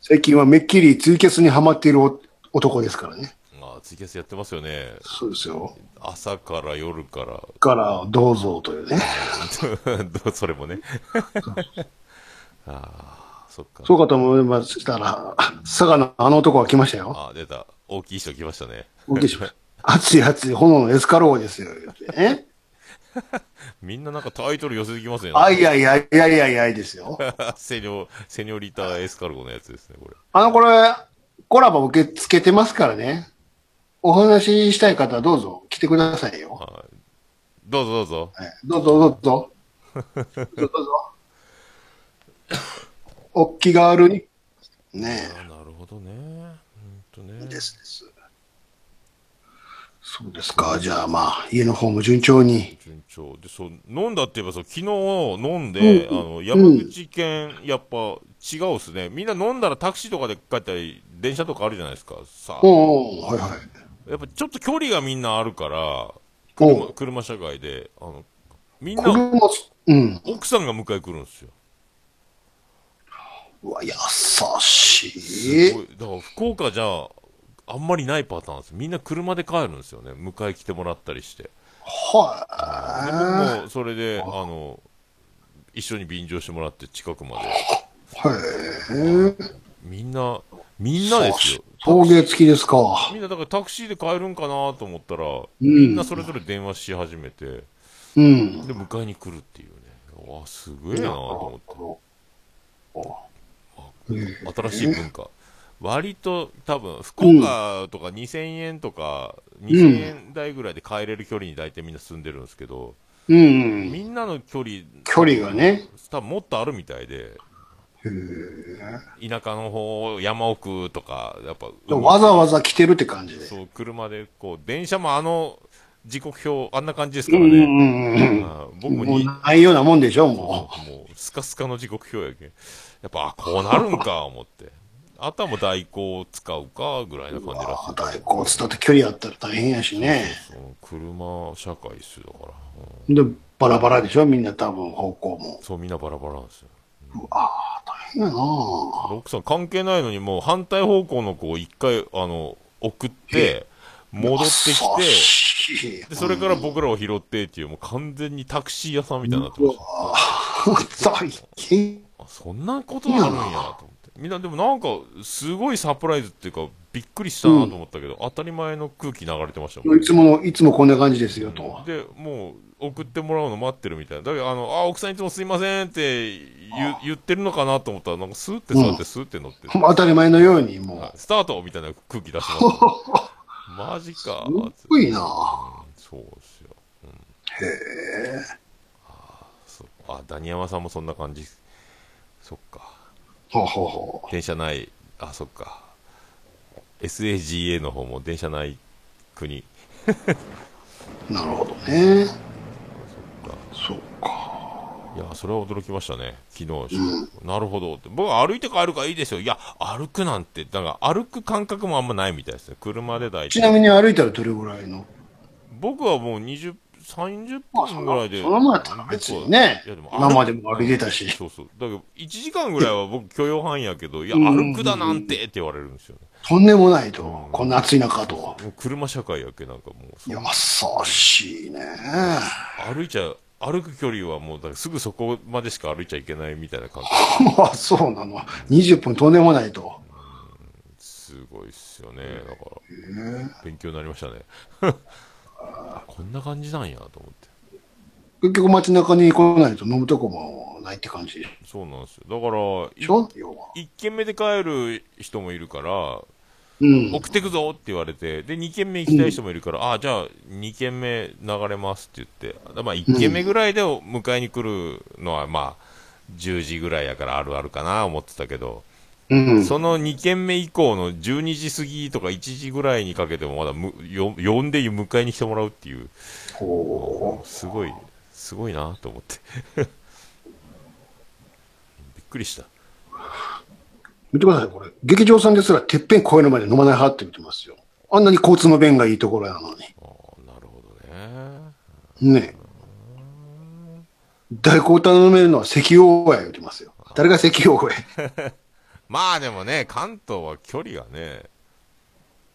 Speaker 1: 最近はめっきりツイキャスにハマっているお男ですからね。
Speaker 2: ああ、ツイキャスやってますよね。
Speaker 1: そうですよ。
Speaker 2: 朝から夜から。
Speaker 1: から、どうぞというね。
Speaker 2: どうそれもね。 ああ、そっか。
Speaker 1: そうかと思いましたら、佐賀のあの男が来ましたよ。
Speaker 2: ああ、出た。大きい人来ましたね。
Speaker 1: お受けし ました。熱い熱い炎のエスカローですよ。言って ね。
Speaker 2: みんななんかタイトル寄せてきますね。
Speaker 1: あいやいやいやいやいやいですよ。
Speaker 2: セニョ、セニョリタエスカルゴのやつですね、これ。
Speaker 1: あの、これ、コラボ受け付けてますからね。お話ししたい方はどうぞ来てくださいよ。
Speaker 2: はい。どうぞどうぞ。
Speaker 1: はいどうぞどうぞ。どう ぞどうぞ。お気軽に。ね
Speaker 2: あなるほどね。うんと
Speaker 1: え。
Speaker 2: ね。
Speaker 1: ですです。そうですか。じゃあまあ、家の方も順調に。
Speaker 2: 順調。で、そう、飲んだって言えば、そう、昨日飲んで、あの、山口県、やっぱ、違うっすね。みんな飲んだらタクシーとかで帰ったり、電車とかあるじゃないですか。さあ、
Speaker 1: おうおうはいはい。
Speaker 2: やっぱちょっと距離がみんなあるから、
Speaker 1: お
Speaker 2: 車
Speaker 1: う
Speaker 2: 車社会で、あの、みんな、
Speaker 1: 車す、うん。
Speaker 2: 奥さんが迎え来るんですよ。
Speaker 1: うわ、優し
Speaker 2: こ
Speaker 1: い。
Speaker 2: うだから福岡じゃあんまりないパターンですみんな車で帰るんですよね迎え来てもらったりしてで僕
Speaker 1: は
Speaker 2: もそれであの一緒に便乗してもらって近くまで
Speaker 1: い。はい。
Speaker 2: みんなみんなですよ
Speaker 1: 送迎付きですか。
Speaker 2: みんなだからタクシーで帰るんかなと思ったら、
Speaker 1: ん
Speaker 2: みんなそれぞれ電話し始めてで
Speaker 1: うん。
Speaker 2: 迎えに来るっていうねわあすごいなと思って新しい文化。割と多分、福岡とか2000円とか、2000円台ぐらいで帰れる距離に大体みんな住んでるんですけど、
Speaker 1: うん。
Speaker 2: みんなの距離、
Speaker 1: 距離がね。
Speaker 2: 多分もっとあるみたいで、田舎の方、山奥とか、やっぱ、
Speaker 1: わざわざ来てるって感じで。
Speaker 2: そう、車で、こう、電車もあの時刻表、あんな感じです
Speaker 1: う
Speaker 2: か
Speaker 1: ん
Speaker 2: ら
Speaker 1: う
Speaker 2: ね。
Speaker 1: んうん
Speaker 2: あー
Speaker 1: う
Speaker 2: 僕
Speaker 1: ん。
Speaker 2: も
Speaker 1: もう
Speaker 2: に
Speaker 1: ないようなもんでしょ、も
Speaker 2: もう、スカスカの時刻表やけん。やっぱ、あ、こうなるんか、思って。あとはもう代行を使うか、ぐらいな感じらしい。
Speaker 1: う。大交通だって距離あったら大変やしね。
Speaker 2: その車社会っすよだから、うん
Speaker 1: で、バラバラでしょ、みんな多分方向も。
Speaker 2: そうみんなバラバラなんですよ
Speaker 1: ああ、大いなぁ。
Speaker 2: 奥さん関係ないのにもう反対方向の子を一回、あの、送って、戻ってきて、
Speaker 1: き
Speaker 2: で、それから僕らを拾ってっていう、もう完全にタクシー屋さんみたいになってました。
Speaker 1: 大変。
Speaker 2: あそんなことあるんやと思って。みんなでもなんか、すごいサプライズっていうか、びっくりしたなと思ったけど、当たり前の空気流れてましたもん
Speaker 1: いつもの、いつもこんな感じですよ、と。
Speaker 2: で、もう、送ってもらうの待ってるみたいな。だけど、あの、あ、奥さんいつもすいませんって言言ってるのかなと思ったら、なんかスーって座っ
Speaker 1: う
Speaker 2: てスーって乗って、
Speaker 1: 当たり前のように、も。
Speaker 2: はいうスタートみたいな空気出しま した。マジか。
Speaker 1: すごいな
Speaker 2: うんそうですよ。へえ。あ、ダニヤマさんもそんな感じ。そっか。
Speaker 1: ほうほうほう。
Speaker 2: 電車内、あ、そっか。SAGA の方も電車内国。
Speaker 1: なるほどね。
Speaker 2: そっか
Speaker 1: そうか。
Speaker 2: いや、それは驚きましたね。昨日、なるほどって。僕は歩いて帰るからいいですよ。いや、歩くなんて、だから歩く感覚もあんまないみたいですね。車で大
Speaker 1: ちな
Speaker 2: 体。
Speaker 1: みに歩いたらどれぐらいの
Speaker 2: 僕はもう20、30
Speaker 1: まあ、そ
Speaker 2: 分ぐらいで。
Speaker 1: そのままだったら別にね
Speaker 2: いやでも。
Speaker 1: 今までも歩いてたし。
Speaker 2: そうそう。だけど、1時間ぐらいは僕許容範囲やけど、いや、
Speaker 1: うんうんうん
Speaker 2: 歩くだなんてって言われるんですよね。
Speaker 1: とんでもないと。こんな暑い中と。
Speaker 2: もう車社会やけ、なんかもう、そう
Speaker 1: 優しいね。
Speaker 2: 歩いちゃう、歩く距離はもう、だからすぐそこまでしか歩いちゃいけないみたいな感じ。
Speaker 1: まあ、そうなの。20分とんでもないと。
Speaker 2: すごいっすよね。だから、勉強になりましたね。 あこんな感じなんやと思って。
Speaker 1: 結局街中に来ないと飲むとこもないって感じで
Speaker 2: そうなんですよ。だから、い
Speaker 1: しょ要は。
Speaker 2: 一軒目で帰る人もいるから、
Speaker 1: うん。
Speaker 2: 送ってくぞって言われて、で、2軒目行きたい人もいるから、あじゃあ、2軒目流れますって言って、まあ、1軒目ぐらいで迎えに来るのは、まあ、10時ぐらいやからあるあるかな思ってたけど、
Speaker 1: うん。
Speaker 2: その2軒目以降の12時過ぎとか1時ぐらいにかけても、まだむよ呼んで迎えに来てもらうっていう、
Speaker 1: こ
Speaker 2: すごい、すごいなと思って。 びっくりした。
Speaker 1: う。見てください、これ。劇場さんですら、てっぺん越えるまで飲まない派って見てますよ。あんなに交通の便がいいところな
Speaker 2: あ
Speaker 1: のに。
Speaker 2: ーなるほどね。
Speaker 1: ねえ。大交代飲めるのは石王や言ってますよ。誰が石王 や。
Speaker 2: まあでもね、関東は距離がね、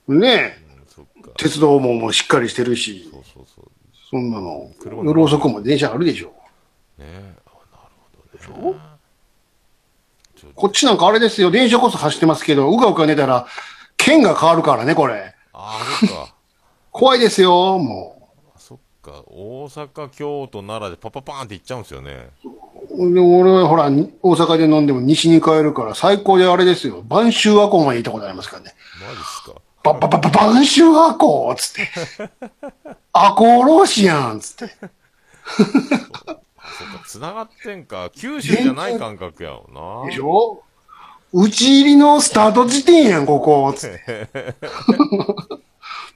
Speaker 1: ねえ。
Speaker 2: うんそっか。
Speaker 1: 鉄道ももうしっかりしてるし
Speaker 2: そ、うそうそう。
Speaker 1: そんなの、
Speaker 2: 車
Speaker 1: 夜遅くも電車あるでしょ。
Speaker 2: ねあなるほどね。ちょ
Speaker 1: こっちなんかあれですよ、電車こそ走ってますけど、うかうか寝たら、県が変わるからね、これ。
Speaker 2: あ、そっか。
Speaker 1: 怖いですよ、も
Speaker 2: あそっか。大阪、京都、奈良でパパパーンって行っちゃうんですよね。
Speaker 1: う。で俺はほら、に大阪で飲んでも西に帰るから、最高であれですよ、晩秋和光まで行ったことありますからね。
Speaker 2: マジっすか。
Speaker 1: ばばばば晩秋和光 つって。アコーローシやんつって。
Speaker 2: そっか、繋がってんか。九州じゃない感覚やもんな。
Speaker 1: でしょ打ち入りのスタート地点やん、ここ。つって。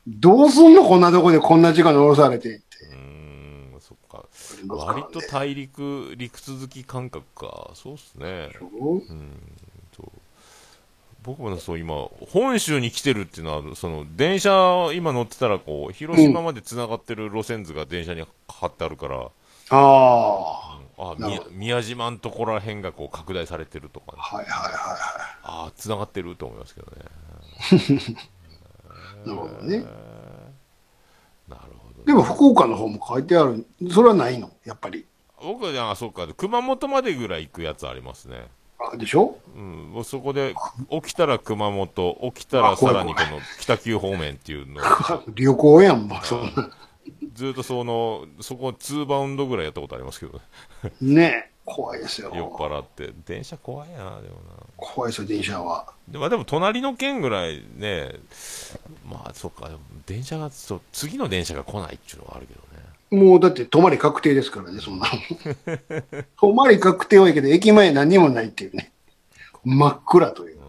Speaker 1: どうすんのこんなとこでこんな時間に降ろされて。
Speaker 2: うーん、そっか。
Speaker 1: りますからね
Speaker 2: 割と大陸、陸続き感覚か。そうっすね。そう僕もねそう今、本州に来てるっていうのは、その電車、今乗ってたらこう、広島まで繋がってる路線図が電車に貼ってあるから、
Speaker 1: ああ。
Speaker 2: あ
Speaker 1: なる
Speaker 2: み
Speaker 1: ほ
Speaker 2: 宮島のところらへんがこう拡大されてるとか、ね、
Speaker 1: はいはいは
Speaker 2: ああ、繋がってると思いますけどね。
Speaker 1: い。なるほどね。
Speaker 2: なるほど、
Speaker 1: で
Speaker 2: ね。
Speaker 1: も福岡の方も書いてある。それはないのやっぱり。
Speaker 2: 僕はね、あ、そうか、熊本までぐらい行くやつありますね。
Speaker 1: あでしょ
Speaker 2: うん、もうそこで、起きたら熊本、起きたらさらにこの北九方面っていうのを、
Speaker 1: 旅行やん、もう。そんな。
Speaker 2: ずっとその、そこ2バウンドぐらいやったことありますけどね。
Speaker 1: ねえ。怖いですよ。
Speaker 2: 酔っ払って。電車怖いな、でもな。
Speaker 1: 怖いですよ、電車は。
Speaker 2: でまあでも、隣の県ぐらいね、まあ、そっか、でも電車がそう、次の電車が来ないっていうのはあるけどね。
Speaker 1: もうだって泊まり確定ですからね、そんなの 泊まり確定はいいけど、駅前何もないっていうね。真っ暗という。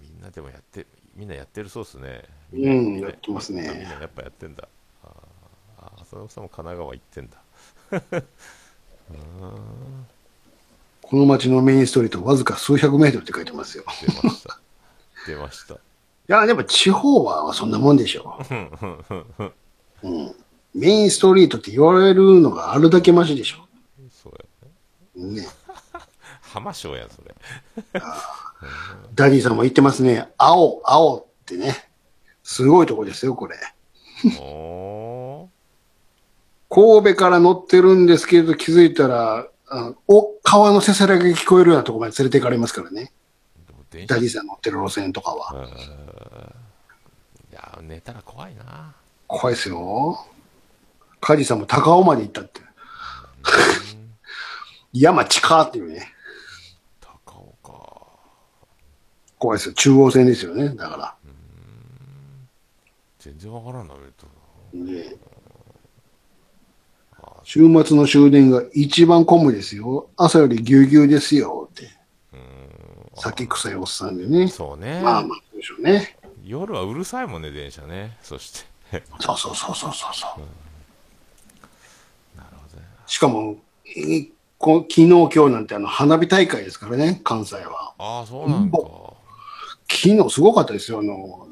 Speaker 2: みんなでもやって、みんなやってるそうですね。
Speaker 1: うん、やってます
Speaker 2: みん
Speaker 1: ね。
Speaker 2: なやっぱやってんだ。あーあー、浅野さんも神奈川行ってんだ。
Speaker 1: この街のメインストリート、わずか数百メートルって書いてますよ。
Speaker 2: 出ま した。出ました。
Speaker 1: いや、でも地方はそんなもんでしょう。うん、メインストリートって言われるのがあるだけマシでしょ。
Speaker 2: そうやね。
Speaker 1: ね。
Speaker 2: 浜省やん、 それ。
Speaker 1: ダディさんも言ってますね。青、青ってね。すごいとこですよ、これ。
Speaker 2: おー。
Speaker 1: 神戸から乗ってるんですけど、気づいたら、あお、川のせせらぎが聞こえるようなとこまで連れて行かれますからね。
Speaker 2: でも電車
Speaker 1: ダディさん乗ってる路線とかは。
Speaker 2: うんいや、寝たら怖いな。
Speaker 1: 怖いですよ。カジさんも高尾まで行ったって。山地下っていうね。
Speaker 2: 高尾か。
Speaker 1: 怖いですよ。中央線ですよね。だか
Speaker 2: 全然わからんな、ベルト。
Speaker 1: ら。ね週末の終電が一番混むですよ。朝よりぎゅうぎゅうですよ。って。酒臭いおっさんでね。
Speaker 2: そうね、
Speaker 1: まあまあ、そうでしょうね。
Speaker 2: 夜はうるさいもんね、電車ね。そ して。
Speaker 1: そうそうそうそうそうそう。
Speaker 2: なるほどね。
Speaker 1: しかも、えこ昨日今日なんてあの花火大会ですからね、関西は。
Speaker 2: ああ、そうなんか。
Speaker 1: 昨日すごかったですよ。あの、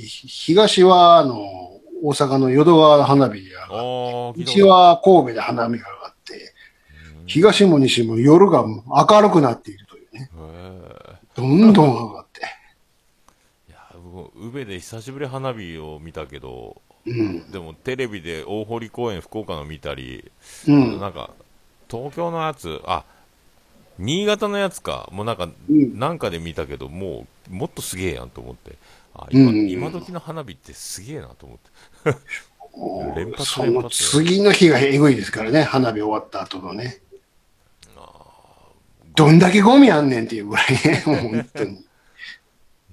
Speaker 1: ひ東は、あの、大阪の淀川の花火
Speaker 2: ああ
Speaker 1: が、、
Speaker 2: 聞い
Speaker 1: 西
Speaker 2: たこ
Speaker 1: は神戸で花火が上がって、東も西も夜が明るくなっているというね。
Speaker 2: とへえ
Speaker 1: どんどん上がって。
Speaker 2: いや、僕、宇部で久しぶりに花火を見たけど、
Speaker 1: うん。
Speaker 2: でもテレビで大堀公園、福岡の見たり、
Speaker 1: うん。
Speaker 2: なんか、東京のやつ、あ、新潟のやつか、もうなんか、
Speaker 1: うん
Speaker 2: なんかで見たけど、もう、もっとすげえやんと思って。あ
Speaker 1: うんうんうん
Speaker 2: 今、今時の花火ってすげえなと思って。
Speaker 1: も
Speaker 2: 連
Speaker 1: う
Speaker 2: 発
Speaker 1: そ
Speaker 2: 連
Speaker 1: の
Speaker 2: 発
Speaker 1: 次の日がえぐいですからね、花火終わった後のね。どんだけゴミあんねんっていうぐらい ね、もう本当に。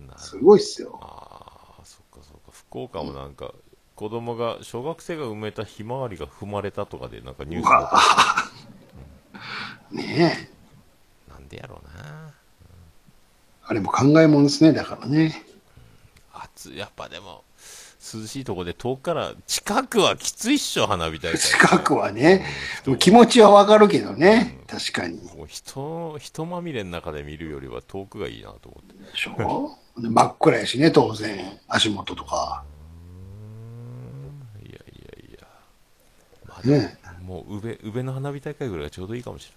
Speaker 2: なる
Speaker 1: すごいっすよ。
Speaker 2: ああ、そっかそっか。福岡もなんか、子供が、小学生が埋めたひまわりが踏まれたとかで、なんかニュースになっ
Speaker 1: ねえ。
Speaker 2: たなんでやろうな。
Speaker 1: あれも考えもんですね、だからね。
Speaker 2: 暑い、やっぱでも、涼しいとこで遠くから、近くはきついっしょ、花火大会。
Speaker 1: 近くはね、でも気持ちはわかるけどね、確かに。
Speaker 2: もう人、人まみれの中で見るよりは遠くがいいなと思って。
Speaker 1: でしょで真っ暗やしね、当然、足元とか。
Speaker 2: いやいやいや。まあでも
Speaker 1: ね
Speaker 2: もう、宇部、宇部の花火大会ぐらいがちょうどいいかもし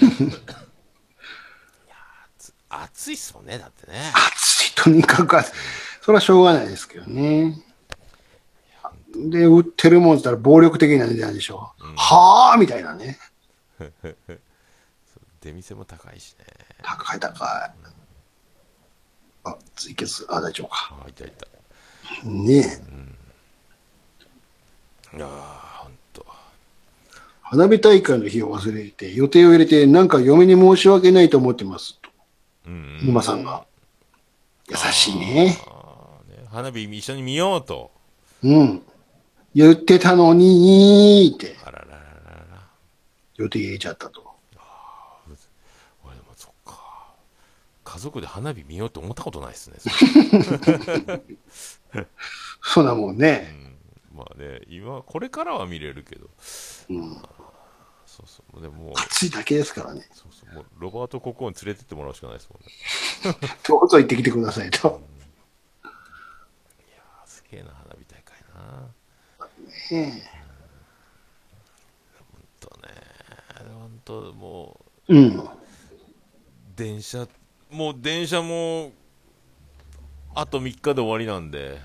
Speaker 2: れない。いやー暑暑いっすもんね、だってね。
Speaker 1: 暑い、とにかく暑い。それはしょうがないですけどね。で、売ってるもんって言ったら暴力的な値段でしょ。はあみたいなね。
Speaker 2: 出店も高いしね。
Speaker 1: 高い高い。あ、追血、あ、大丈夫か。
Speaker 2: ああ、いたいた。
Speaker 1: ねえ。
Speaker 2: いやー、ほんと。
Speaker 1: 花火大会の日を忘れて、予定を入れて、なんか嫁に申し訳ないと思ってます。と
Speaker 2: うん、うん。
Speaker 1: 沼さんが。優しいね。
Speaker 2: あーね花火一緒に見ようと。
Speaker 1: うん。言ってたのにーって
Speaker 2: あららららら。
Speaker 1: 予定入れちゃったと。
Speaker 2: 俺でもそっか。家族で花火見ようって思ったことないですね。それ
Speaker 1: そうだもん
Speaker 2: う
Speaker 1: ね。
Speaker 2: ん、まあね、今、これからは見れるけど。
Speaker 1: うん。
Speaker 2: そうそう。でももう、
Speaker 1: 暑いだけですからね。
Speaker 2: そうそう。もうロバート国王に連れてってもらうしかないですもんね。
Speaker 1: どうぞ行ってきてくださいと。
Speaker 2: あーすげえな、花火大会な。
Speaker 1: え
Speaker 2: ほんとね。ほんと、もう、
Speaker 1: えうん。
Speaker 2: 電車、もう電車も、あと3日で終わりなんで、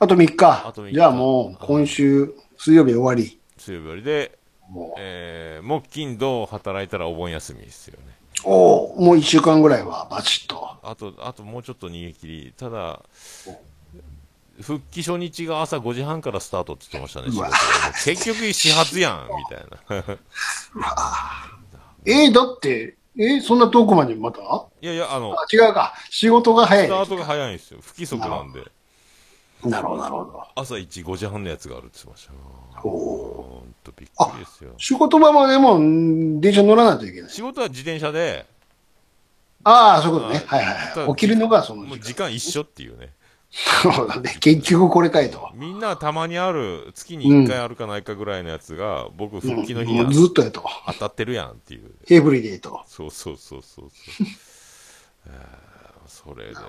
Speaker 1: あと3日。
Speaker 2: あと三日
Speaker 1: じゃあもう、今週、水曜日終わり。
Speaker 2: 水曜日よりで、
Speaker 1: もう、
Speaker 2: えー、木金土働いたらお盆休みですよね。
Speaker 1: おおもう1週間ぐらいはバチッと。
Speaker 2: あと、あともうちょっと逃げ切り。ただ、復帰初日が朝5時半からスタートって言ってましたね、仕
Speaker 1: う
Speaker 2: 事
Speaker 1: わ
Speaker 2: が結局始発やん、みたいな。
Speaker 1: えー、だって、えーそんな遠くまでまたあ、
Speaker 2: いやいや、あの、
Speaker 1: 違うか。仕事が早
Speaker 2: スタ
Speaker 1: い。
Speaker 2: ートが早いんですよ。不規則なんで。
Speaker 1: なるほど、なるほど。
Speaker 2: 朝1、5時半のやつがあるって言ってましたよ。
Speaker 1: おー
Speaker 2: ほんとびっくりですよ。
Speaker 1: 仕事場までも、ん電車乗らないといけない。
Speaker 2: 仕事は自転車で、
Speaker 1: ああ、そういうことね。
Speaker 2: あ
Speaker 1: はいはい
Speaker 2: た
Speaker 1: は
Speaker 2: だ
Speaker 1: い。起きるのがその
Speaker 2: もう
Speaker 1: 時間。
Speaker 2: 時間一緒っていうね。
Speaker 1: そうだね。結局これかいと。
Speaker 2: みんなたまにある、月に1回あるかないかぐらいのやつが、僕復帰の日
Speaker 1: もう
Speaker 2: に
Speaker 1: ずっとやと。
Speaker 2: 当たってるやんっていう。
Speaker 1: エブリデイと。
Speaker 2: そうそうそうそう そう。あーそれで。でまあ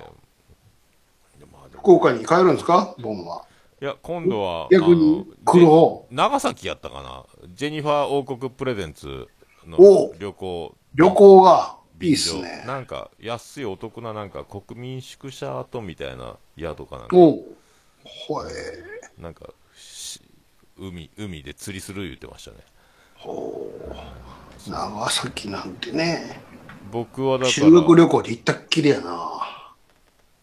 Speaker 2: でも
Speaker 1: 福岡に帰るんですかボンは。
Speaker 2: いや、今度は、
Speaker 1: 逆に
Speaker 2: あの
Speaker 1: 苦労
Speaker 2: ジェ長崎やったかな。ジェニファー王国プレゼンツの
Speaker 1: おう
Speaker 2: 旅行
Speaker 1: 旅行が、いいっすね。
Speaker 2: なんか、安いお得な、なんか、国民宿舎跡みたいな宿かなんか、
Speaker 1: おう。ほえ。
Speaker 2: なんか、し海、海で釣りする言ってましたね。
Speaker 1: 長崎なんてね。
Speaker 2: 僕はだから、
Speaker 1: 修学旅行で行ったっきりやな。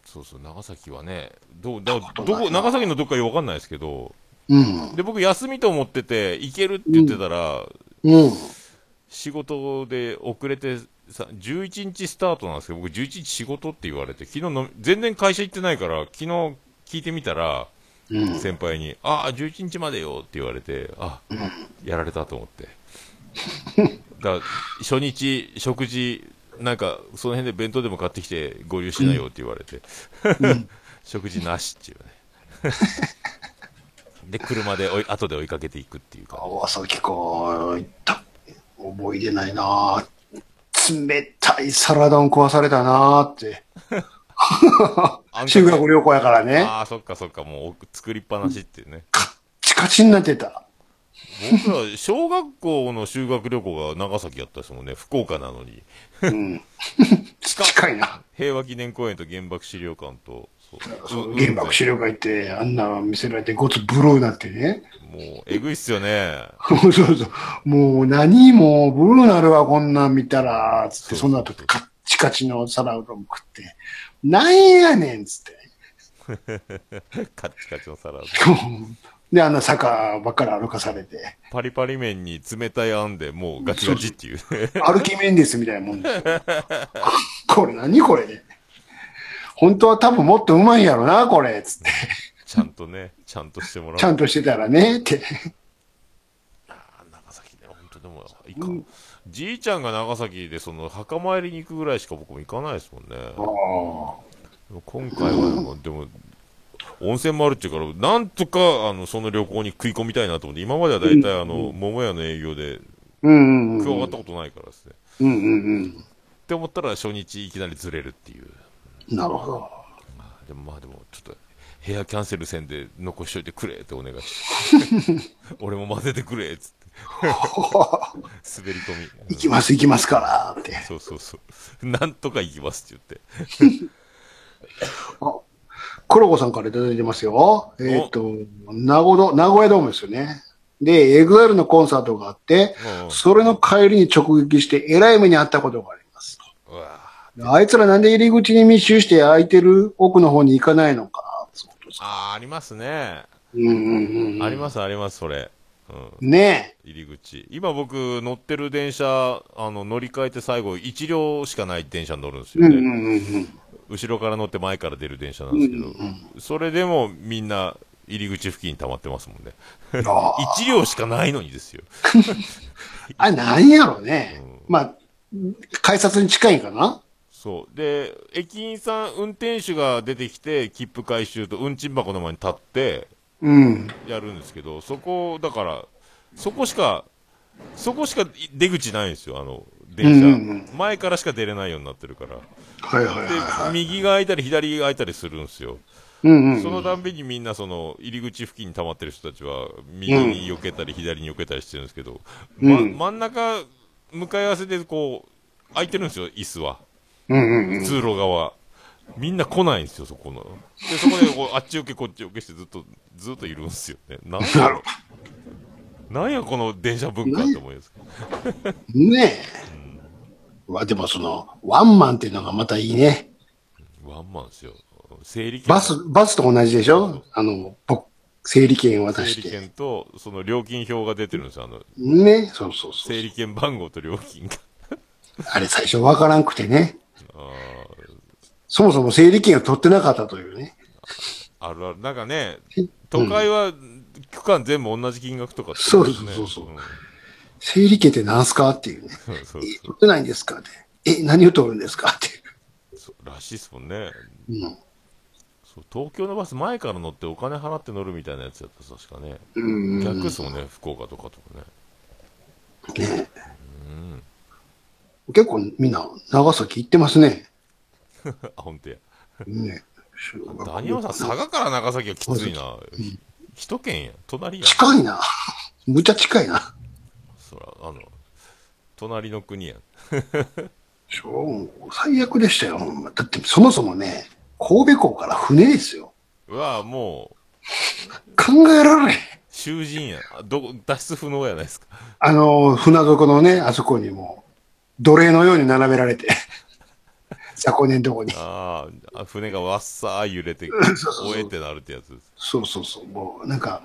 Speaker 2: そうそう、長崎はね、どう、だ
Speaker 1: こと
Speaker 2: ど
Speaker 1: ないな
Speaker 2: こ、長崎のどっかよくわかんないですけど、
Speaker 1: うん。
Speaker 2: で、僕休みと思ってて、行けるって言ってたら、
Speaker 1: うん。
Speaker 2: 仕事で遅れてさ、11日スタートなんですけど、僕11日仕事って言われて、昨日の、全然会社行ってないから、昨日聞いてみたら、
Speaker 1: うん。
Speaker 2: 先輩に、ああ、11日までよって言われて、あ、やられたと思って。 だから、初日、食事、なんか、その辺で弁当でも買ってきて、合流しなよって言われて、 食事なしっていうね。 で、車で追い、後で追いかけていくっていうか、
Speaker 1: 長崎か、行った。覚えてないな。冷たいサラダを食わされたなって。
Speaker 2: あんか
Speaker 1: 修学旅行やからね。
Speaker 2: ああ、そっかそっか、もう作りっぱなしっていうね。
Speaker 1: チカチになってた。
Speaker 2: 僕ら、小学校の修学旅行が長崎やったですもんね、福岡なのに。
Speaker 1: うん。近いな。
Speaker 2: 平和記念公園と原爆資料館と、そう
Speaker 1: 原爆資料館行って、あんな見せられて、ごつブルーなってね。
Speaker 2: もう、えぐいっすよね。
Speaker 1: そうそうそう。もう何も、ブルーなるわ、こんなん見たら、つって、
Speaker 2: そ
Speaker 1: そうの後、カッチカチの皿うどん食って、なんやねん、つって。
Speaker 2: カッチカチの皿。
Speaker 1: で、あんな坂ばっかり歩かされ て、
Speaker 2: パリパリ麺に冷たいあんで、もうガチガチっていうね。
Speaker 1: 歩きメンデスみたいなもんですよ。これ何これね。本当は多分もっとうまいんやろな、これ、つって。
Speaker 2: ちゃんとね、ちゃんとしてもらう。
Speaker 1: ちゃんとしてたらね、って。
Speaker 2: あー長崎ね、本当でも、いかん。じいちゃんが長崎で、その、墓参りに行くぐらいしか僕も行かないですもんね。今回はなんか、でも、温泉もあるっていうから、なんとか、あの、その旅行に食い込みたいなと思って、今までは大体、あの、桃屋の営業で、
Speaker 1: うんうんうん。
Speaker 2: 加わったことないからですね。
Speaker 1: うんうん
Speaker 2: って思ったら、初日いきなりずれるっていう。
Speaker 1: うん。なるほど。
Speaker 2: まあでもまあでもちょっと部屋キャンセルせんで残しといてくれってお願いして 俺も混ぜてくれっつって滑り込みうん
Speaker 1: 行きます行きますから、って。
Speaker 2: そうそうそうなんとか行きますって
Speaker 1: あ、黒子さんからいただいてますよ。えっ、と、名古屋、名古屋ドームですよね。で、エグザイルのコンサートがあって
Speaker 2: う、ん
Speaker 1: それの帰りに直撃して、えらい目に遭ったことがあります。
Speaker 2: 言ってうわー
Speaker 1: あいつらなんで入り口に密集して空いてる奥の方に行かないのか。そうです
Speaker 2: あーありますね、
Speaker 1: うんうんうん。
Speaker 2: ありますありますそれ、うん、
Speaker 1: ね
Speaker 2: 入り口今僕乗ってる電車あの乗り換えて最後1両しかない電車に乗るんです
Speaker 1: え。う
Speaker 2: よ
Speaker 1: ん
Speaker 2: ね、
Speaker 1: うんうんうん。
Speaker 2: 後ろから乗って前から出る電車なんですけど、それでもみんな入り口付近に溜まってますもんね。
Speaker 1: あ
Speaker 2: 1両しかないのにですよ。
Speaker 1: あれなんやろうね。まあ、改札に近いんかな
Speaker 2: そう。で、駅員さん、運転手が出てきて、切符回収と運賃箱の前に立って
Speaker 1: うん。
Speaker 2: やるんですけど、そこ、だから、そこしか、そこしか出口ないんですよ、あの、電車。
Speaker 1: うんうん
Speaker 2: 前からしか出れないようになってるから。
Speaker 1: はいはいはいは
Speaker 2: で、
Speaker 1: い。
Speaker 2: 右が開いたり左が開いたりするんですよ。
Speaker 1: うんうん。
Speaker 2: そのたんびにみんなその入り口付近に溜まってる人たちは右に避けたり左に避けたりしてるんですけど、ま
Speaker 1: うん
Speaker 2: 真ん中向かい合わせでこう空いてるんですよ椅子は
Speaker 1: うんうんうん。
Speaker 2: 通路側みんな来ないんですよそこのでそこで こうあっち受けこっち受けしてずっとずっといるんですよねなん
Speaker 1: な
Speaker 2: だ
Speaker 1: る
Speaker 2: ろうなんやこの電車文化って思います
Speaker 1: ねえ。わ、でもその、ワンマンっていうのがまたいいね。
Speaker 2: ワンマンですよ整理券
Speaker 1: バス、バスと同じでしょあの、僕、整理券渡
Speaker 2: 整
Speaker 1: し
Speaker 2: 理
Speaker 1: て。
Speaker 2: 券とその料金表が出てるんですよあの
Speaker 1: ねそうそうそう。
Speaker 2: 整理券番号と料金が
Speaker 1: あれ最初わからんくてね。
Speaker 2: あー
Speaker 1: そもそも整理券を取ってなかったというね。
Speaker 2: あるある。なんかね、都会は区間全部同じ金額とかって
Speaker 1: そう
Speaker 2: ことですね
Speaker 1: そうそうそうん整理券って何すかっていうね。
Speaker 2: そうそう
Speaker 1: え、取ってないんですかって。え、何を取るんですかってい
Speaker 2: そうらしいですもんね。
Speaker 1: う。
Speaker 2: そう東京のバス前から乗ってお金払って乗るみたいなやつやった確かね。
Speaker 1: うん。うん。
Speaker 2: 逆ですもんね、福岡とかとかね。
Speaker 1: 結構みんな、長崎行ってますね。
Speaker 2: あ、ほんとや。
Speaker 1: ね
Speaker 2: ダニオさん、佐賀から長崎はきついな。ひ一県や。隣や。
Speaker 1: 近いな。むちゃ近いな。
Speaker 2: そら、あの、隣の国やん。
Speaker 1: そう最悪でしたよ、ほんま。だってそもそもね、神戸港から船ですよ。
Speaker 2: うわもう、
Speaker 1: 考えられへん。
Speaker 2: 囚人やん。あどこ、脱出不能やないですか。
Speaker 1: あの、船底のね、あそこにもう、奴隷のように並べられて、 雑魚寝んとこに。
Speaker 2: あーあ、船がわっさー揺れて、
Speaker 1: そうそう
Speaker 2: おえってなるってやつです。
Speaker 1: そうそうそう、もう、なんか、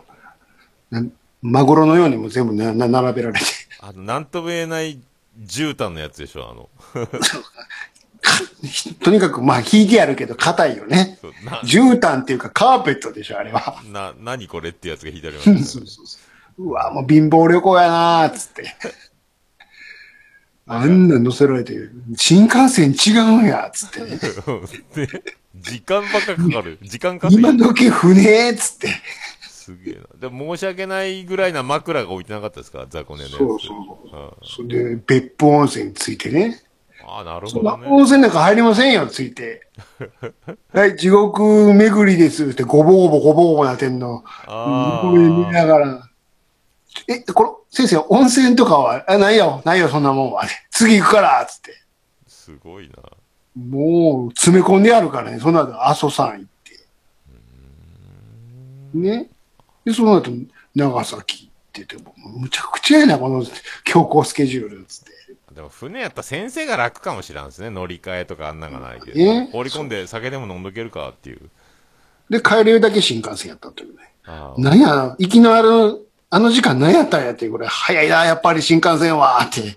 Speaker 1: なんマグロのようにも全部なな並べられて、
Speaker 2: あの、なんとも言えない絨毯のやつでしょ、あの。
Speaker 1: とにかく、まあ、引いてあるけど、硬いよね。
Speaker 2: そうな、
Speaker 1: 絨毯っていうか、カーペットでしょ、あれは。
Speaker 2: な、何これってやつが引いてありま したね
Speaker 1: そうそうそう。うわ、もう貧乏旅行やなーっつって。あんな乗せられて、新幹線違うんや、つって ね。
Speaker 2: で、時間ばっかかかる。時間かか
Speaker 1: 今
Speaker 2: る。
Speaker 1: 時船っつって。
Speaker 2: すげえな。でも申し訳ないぐらいな枕が置いてなかったですか雑魚寝のやつ。
Speaker 1: そうそう
Speaker 2: うん
Speaker 1: それで、別府温泉についてね。
Speaker 2: ああ、なる
Speaker 1: そ
Speaker 2: ほ
Speaker 1: んな
Speaker 2: ど
Speaker 1: 温
Speaker 2: ね。
Speaker 1: 泉なんか入りませんよ、つい て。はい、地獄巡りですって、ごぼうぼごぼうぼなってんの。
Speaker 2: あ
Speaker 1: これ見な
Speaker 2: あ。
Speaker 1: がら。え、これ、先生、温泉とかは、あ、ないよ、ないよ、そんなもんは。次行くから、つって。
Speaker 2: すごいな。
Speaker 1: もう、詰め込んであるからね、その後、阿蘇山行って。ね。で、その後、長崎行ってて、もうむちゃくちゃやな、この強行スケジュール、つって。
Speaker 2: でも船やったら先生が楽かもしらんですね。乗り換えとかあんなんがないけ
Speaker 1: ね
Speaker 2: ど。放り込んで酒でも飲んどけるかっていう。
Speaker 1: で、帰れるだけ新幹線やったというね。
Speaker 2: ああ。
Speaker 1: なんや、行きのある、あの時間何やったんやっていうぐらい、早いな、やっぱり新幹線は、って。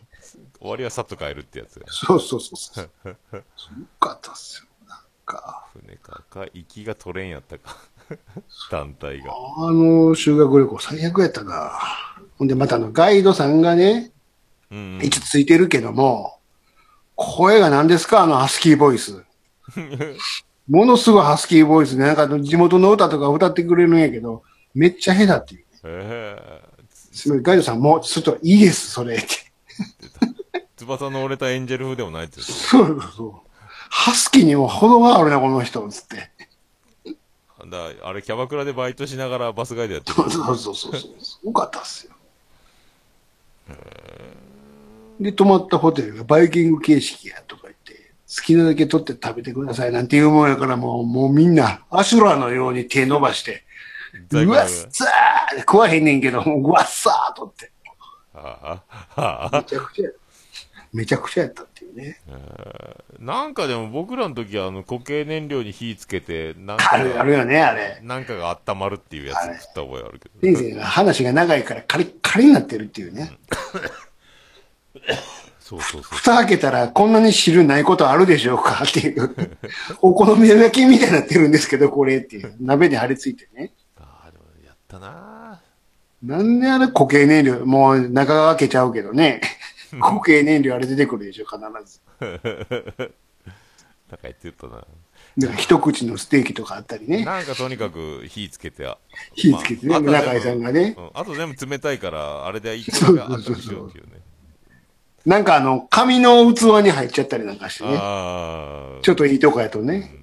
Speaker 2: 終わりはさっと帰るってやつ。
Speaker 1: そうそうそうそう。すごかったっすよ、なんか。
Speaker 2: 船かか、息が取れんやったか。 団体が。
Speaker 1: あの、修学旅行最悪やったな。ほんで、またあの、ガイドさんがね、
Speaker 2: うんうん。
Speaker 1: 位置ついてるけども、声が何ですかあのハスキーボイ ス。ものすごいハスキーボイスで、なんかあの地元の歌とか歌ってくれるんやけど、めっちゃ下手っていう。
Speaker 2: ええ
Speaker 1: すごいガイドさんも、ちょっといいです、それって。
Speaker 2: 翼の折れたエンジェル風でもないってやつ。
Speaker 1: そうそうそう。ハスキーにも程があるな、この人、つって。
Speaker 2: だあれ、キャバクラでバイトしながらバスガイドやってる
Speaker 1: そ。うそうそうそう。すごかったっすよ。で、泊まったホテルがバイキング形式やとか言って、好きなだけ取って食べてくださいなんていうもんやから、もう、もうみんな、アシュラのように手伸ばして、
Speaker 2: 在
Speaker 1: う
Speaker 2: 庫
Speaker 1: わ
Speaker 2: が
Speaker 1: っさー食わへんねんけど、もううわっさーとって。
Speaker 2: あああ
Speaker 1: め
Speaker 2: あ
Speaker 1: ちゃくちゃや、めちゃくちゃやったっていうね。
Speaker 2: なんかでも僕らの時はあの固形燃料に火つけて、なん
Speaker 1: あ
Speaker 2: か
Speaker 1: る、あ
Speaker 2: が、
Speaker 1: るよね、あれ。
Speaker 2: なんかが温まるっていうやつ食った覚えあるけ
Speaker 1: 先
Speaker 2: ど。
Speaker 1: 生が話が長いからカリッカリになってるっていうね。
Speaker 2: そうそうそう。
Speaker 1: 蓋開けたらこんなに汁ないことあるでしょうかっていう。お好み焼きみたいになってるんですけど、これっていう。鍋に張り付いてね。
Speaker 2: ああ、でもやったな
Speaker 1: なんであれ固形燃料、もう中が開けちゃうけどね。固形燃料あれ出てくるでしょ、必ず。
Speaker 2: なんか言ってたな
Speaker 1: なんか一口のステーキとかあったりね。
Speaker 2: なんかとにかく火つけて、あ
Speaker 1: 火つけてね、
Speaker 2: まああとは
Speaker 1: 村上さんがね。
Speaker 2: うんあと全部冷たいから、あれで一個だけあったりしようっていうね。
Speaker 1: なんかあの、紙の器に入っちゃったりなんかしてね。
Speaker 2: ああ。
Speaker 1: ちょっといいとこやとね。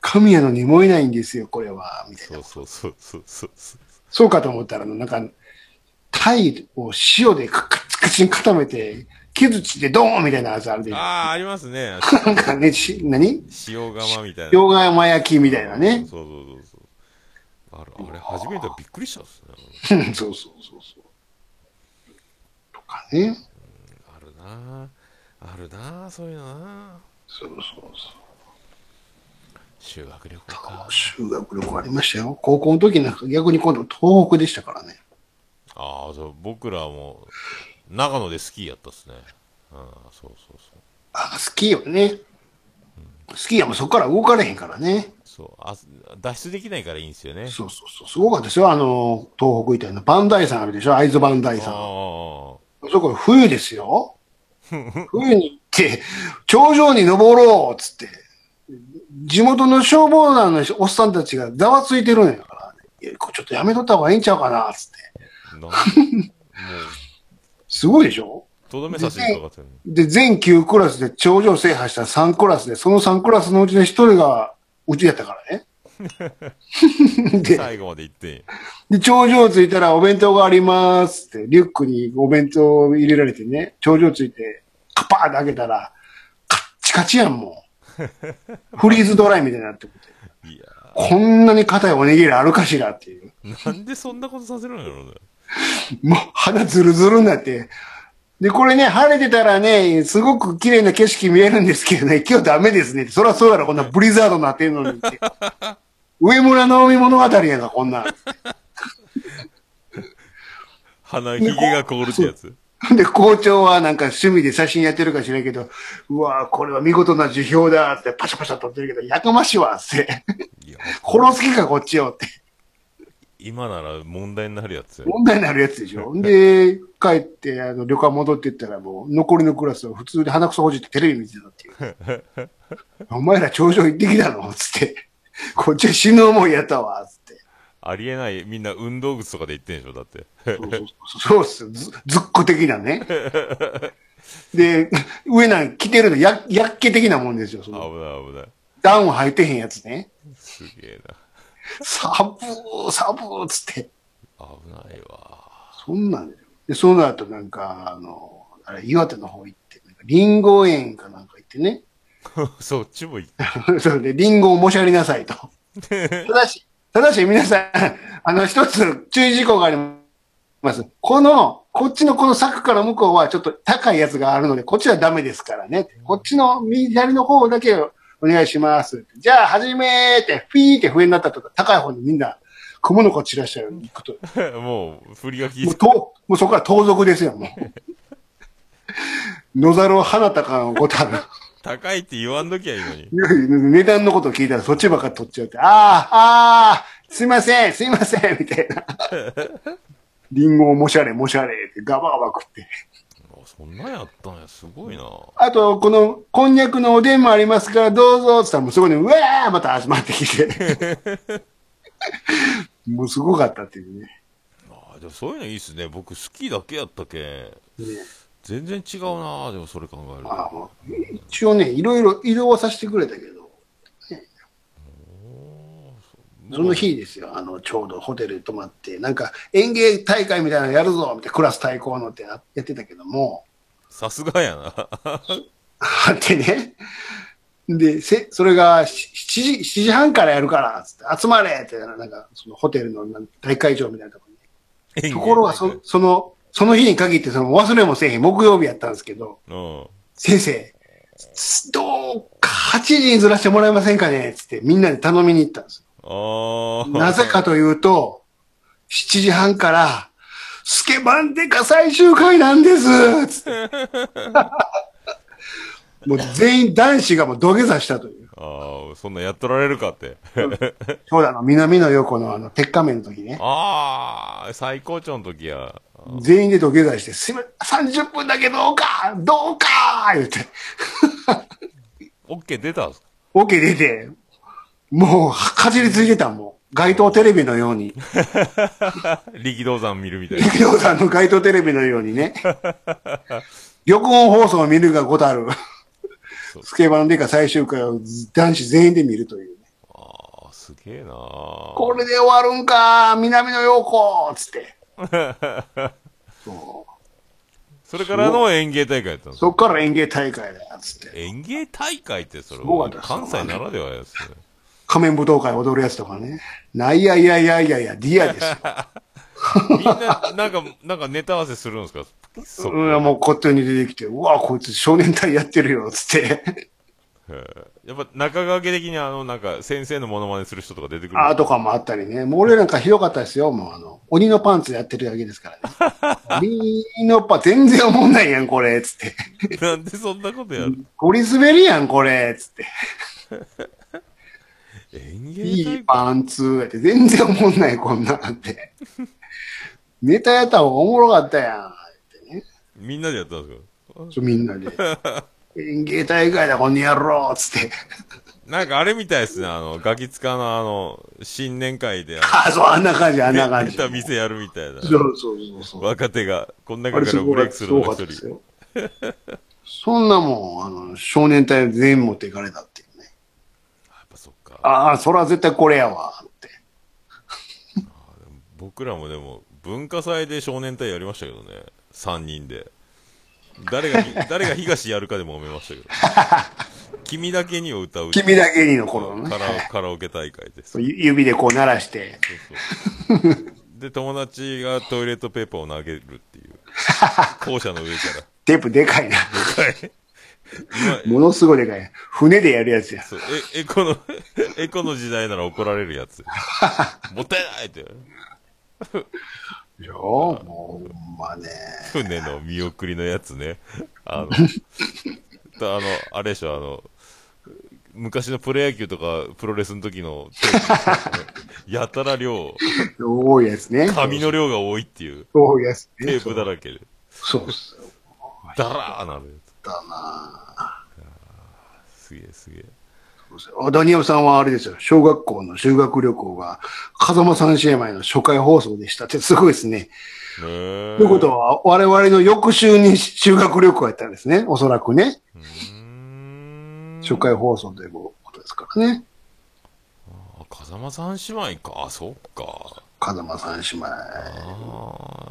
Speaker 1: 紙やのに燃えないんですよ、これは。みたいな。
Speaker 2: そうそうそうそうそうそう。
Speaker 1: そうかと思ったら、あのなんか、タイを塩でカッチカチに固めて、木槌でドーンみたいなやつあるでしょ。
Speaker 2: ああ、ありますね。
Speaker 1: なんかね、し何
Speaker 2: 塩釜みたいな。
Speaker 1: 両替山焼きみたいなね。
Speaker 2: そうそうそうそう。あれ、あれ初めてびっくりしたっすね。
Speaker 1: そう そうそうそう。とかね。
Speaker 2: あるなあるなそういうのな
Speaker 1: そうそうそ
Speaker 2: 修学旅行か
Speaker 1: う。。修学旅行ありましたよ。高校の時なんか逆に今度東北でしたからね。
Speaker 2: ああ、そう、僕らも、長野でスキーやったっすね。うん、そうそうそう。
Speaker 1: あ、スキーはね。スキーはもうそこから動かれへんからね。
Speaker 2: そう、あ脱出できないからいいんですよね。
Speaker 1: そうそうそう。すごかったですよ。あの、東北みたいな。バンダイ山あるでしょ会津バンダイ山。
Speaker 2: あ
Speaker 1: そこ冬ですよ。冬に行って、頂上に登ろうっつって、地元の消防団のおっさんたちがざわついてるんやから、いやこれちょっとやめとった方がいいんちゃうかなっつって。
Speaker 2: あ、なん、もう、
Speaker 1: すごいでしょ
Speaker 2: とどめさしにかかってるの
Speaker 1: で、全9クラスで頂上制覇した3クラスで、その3クラスのうちの1人が、うちやったからね。で、
Speaker 2: 最後まで行ってん。
Speaker 1: で、頂上着いたらお弁当がありますって、リュックにお弁当を入れられてね、頂上着いて、カパーって開けたら、カッチカチやん、もう。フリーズドライみたいになって思って。
Speaker 2: いや
Speaker 1: こんなに硬いおにぎりあるかしらっていう。
Speaker 2: ーなんでそんなことさせるんやろうね。
Speaker 1: もう肌ズルズルになって。で、これね、晴れてたらね、すごく綺麗な景色見えるんですけどね、今日ダメですねって。そりゃそうやろ、こんなブリザードになってんのにって。上村直美物語やんか、こんなん。
Speaker 2: 鼻、ひげが凍るってやつ。
Speaker 1: で、校長はなんか趣味で写真やってるか知らんけど、うわぁ、これは見事な樹氷だってパシャパシャ撮ってるけど、やかましいわって。
Speaker 2: いや、
Speaker 1: 殺す気か、こっちよって。
Speaker 2: 今なら問題になるやつや。
Speaker 1: 問題になるやつでしょ。んで、帰って、あの、旅館戻ってったらもう、残りのクラスは普通に鼻くそほじってテレビ見てたっていう。お前ら頂上行ってきたのつって。こっちは死ぬ思いやったわ、つって。
Speaker 2: ありえない、みんな運動靴とかで行ってんでしょ、だって。
Speaker 1: そうそうそうそうっすよ。ずずっこ的なね。で、上なん着てるの、や、やっけ的なもんですよ。そ
Speaker 2: 危な
Speaker 1: の、
Speaker 2: い危ない。
Speaker 1: ダウン履いてへんやつね。
Speaker 2: すげえな。
Speaker 1: サブー、サブーっつって。
Speaker 2: 危ないわ。
Speaker 1: そんなんで。で、その後なんか、あの、あれ、岩手の方行って、なんかリンゴ園かなんか行ってね。
Speaker 2: そっちも行って。
Speaker 1: それで、リンゴをもしゃりなさいと。ただし、ただし皆さん、あの、一つ注意事項があります。この、こっちのこの柵から向こうはちょっと高いやつがあるので、こっちはダメですからね。こっちの右左の方だけお願いします。じゃあ、始めーって、フィーって笛になったとか、高い方にみんな、蜘蛛の子散らしたように行くと。
Speaker 2: もう、振りが効い
Speaker 1: もう
Speaker 2: て、
Speaker 1: ともうそこから盗賊ですよ、もう。野ざるを放ったかのごたる。
Speaker 2: 高いって言わんときゃいいのに。
Speaker 1: 値段のことを聞いたらそっちばっか取っちゃうって、ああ、ああ、すいません、すいません、み たいな。リンゴをもしゃれ、もしゃれってガバガバ食って。
Speaker 2: あそんなんやったんや、すごいな。
Speaker 1: あと、この、こんにゃくのおでんもありますから、どうぞ、つったらもうそこに、うわーまた集まってきて。もうすごかったっていうね。
Speaker 2: あでもそういうのいいっすね。僕、スキーだけやったけ。全然違うなでもそれ考える
Speaker 1: あ
Speaker 2: と。
Speaker 1: の一応ね、いろいろ移動はさせてくれたけど、その日ですよ、あの、ちょうどホテル泊まって、なんか園芸大会みたいなのやるぞ、みたいなクラス対抗のってやってたけども、
Speaker 2: さすがやな。
Speaker 1: あってね、で、せ、それがし7時、7時半からやるから、つって、集まれって、なんか、そのホテルのなん大会場みたいなところに。 ところがそ、その、その日に限って、その忘れもせえへん、木曜日やったんですけど、
Speaker 2: うん。
Speaker 1: 先生、つどうか8時にずらしてもらえませんかねつってみんなで頼みに行ったんです
Speaker 2: ああ。
Speaker 1: よ。なぜかというと、7時半から、スケバンデカ最終回なんですつ って。もう全員男子がもう土下座したという。
Speaker 2: ああ、そんなんやっとられるか って。
Speaker 1: そうだの、南の横のあの、鉄仮面の時ね。
Speaker 2: ああ、最高潮の時や。
Speaker 1: 全員で土下座して、すいません、30分だけどうかどうか言って。
Speaker 2: オッケー出たん すか
Speaker 1: オケ出て、もう、かじりついてたもん。街頭テレビのように。
Speaker 2: 力道山見るみたいな。
Speaker 1: 陸上さんの街頭テレビのようにね。 旅行放送を見るがごたる
Speaker 2: そ。う
Speaker 1: スケバンデカ最終回を男子全員で見るというね。
Speaker 2: ああ、すげえな
Speaker 1: こ
Speaker 2: こ
Speaker 1: れで終わるんか南野陽子つって。そう
Speaker 2: それからの園芸大会やったんです
Speaker 1: そっから園芸大会だよ、つって。
Speaker 2: 園芸大会ってそれ
Speaker 1: ごかったっす
Speaker 2: 関西ならではやつ、ね。
Speaker 1: 仮面舞踏会踊るやつとかね。ないやいやいやいやいや、ディアですよ。
Speaker 2: みんな、なんか、なんかネタ合わせするんですか そ
Speaker 1: うん、もうこっちに出てきて、うわ、こいつ少年隊やってるよ、つって。
Speaker 2: やっぱ中川家的にあの、なんか先生のモノマネする人とか出てくる。
Speaker 1: あーとかもあったりね。もう俺なんかひどかったですよ。もうあの、鬼のパンツやってるだけです からね。鬼のパン、全然おもんないやん、これ、つって。
Speaker 2: なんでそんなことやる
Speaker 1: ゴリ滑りやん、これ、つって。
Speaker 2: 園
Speaker 1: い
Speaker 2: 芸
Speaker 1: い
Speaker 2: 大会
Speaker 1: パンツ、やって。全然おもんない、こんなんって。ネタやった方がおもろかったやん、ってね。
Speaker 2: みんなでやったんですか
Speaker 1: そうみんなで。演芸大会だ、この野郎、つって。
Speaker 2: なんかあれみたいですね、あの、ガキツカのあの、新年会で、あ
Speaker 1: ああ、そう、あんな感じ、あんな
Speaker 2: の、
Speaker 1: 感
Speaker 2: 出
Speaker 1: じ。
Speaker 2: た店やるみたいな。
Speaker 1: そうそうそうそう。
Speaker 2: 若手が、こん
Speaker 1: あ
Speaker 2: 中
Speaker 1: れ
Speaker 2: か
Speaker 1: す
Speaker 2: らブ
Speaker 1: ご
Speaker 2: レイ
Speaker 1: い
Speaker 2: クす
Speaker 1: す
Speaker 2: るの
Speaker 1: ご
Speaker 2: が
Speaker 1: か
Speaker 2: 一
Speaker 1: ったで
Speaker 2: 人
Speaker 1: す。よ。そんなもん、あの、少年隊全員持っていかれたっていうね。
Speaker 2: やっぱそっか。
Speaker 1: ああ、それは絶対これやわ、って。
Speaker 2: 僕らもでも、文化祭で少年隊やりましたけどね。3人で。誰が、 誰が東やるかでも揉めましたけど。君だけにを歌う。
Speaker 1: 君だけにの
Speaker 2: カ
Speaker 1: 頃のね。
Speaker 2: ラ オカラオケ大会です。
Speaker 1: そうゆ指でこう鳴らして。
Speaker 2: そうそうで、友達がトイレットペーパーを投げるっていう。校舎の上から。
Speaker 1: テープでかいな。
Speaker 2: はい今
Speaker 1: ものすごいでかい。船でやるやつや。
Speaker 2: そうえ、エコの、エコの時代なら怒られるや つ。もったいないって。
Speaker 1: でしょもう、ほんまね。
Speaker 2: 船の見送りのやつ ね。あの、とあの、あれでしょ、あの、昔のプロ野球とかプロレスの時 のテープ、やたら量、
Speaker 1: 多いやつね。
Speaker 2: 紙の量が多いっていう、
Speaker 1: 多いやつね。
Speaker 2: テープだらけで、
Speaker 1: そうっすよ。
Speaker 2: ダラーなるや
Speaker 1: だな
Speaker 2: つ。すげえすげえ。
Speaker 1: あダニエルさんはあれですよ。小学校の修学旅行が、風間三姉妹の初回放送でしたってすごいですね。
Speaker 2: ねえ
Speaker 1: ということは、我々の翌週に修学旅行やったんですね。おそらくね。
Speaker 2: うーん
Speaker 1: 初回放送ということですからね。
Speaker 2: あ風間さん姉妹かあそっか
Speaker 1: 風間三姉妹。
Speaker 2: あ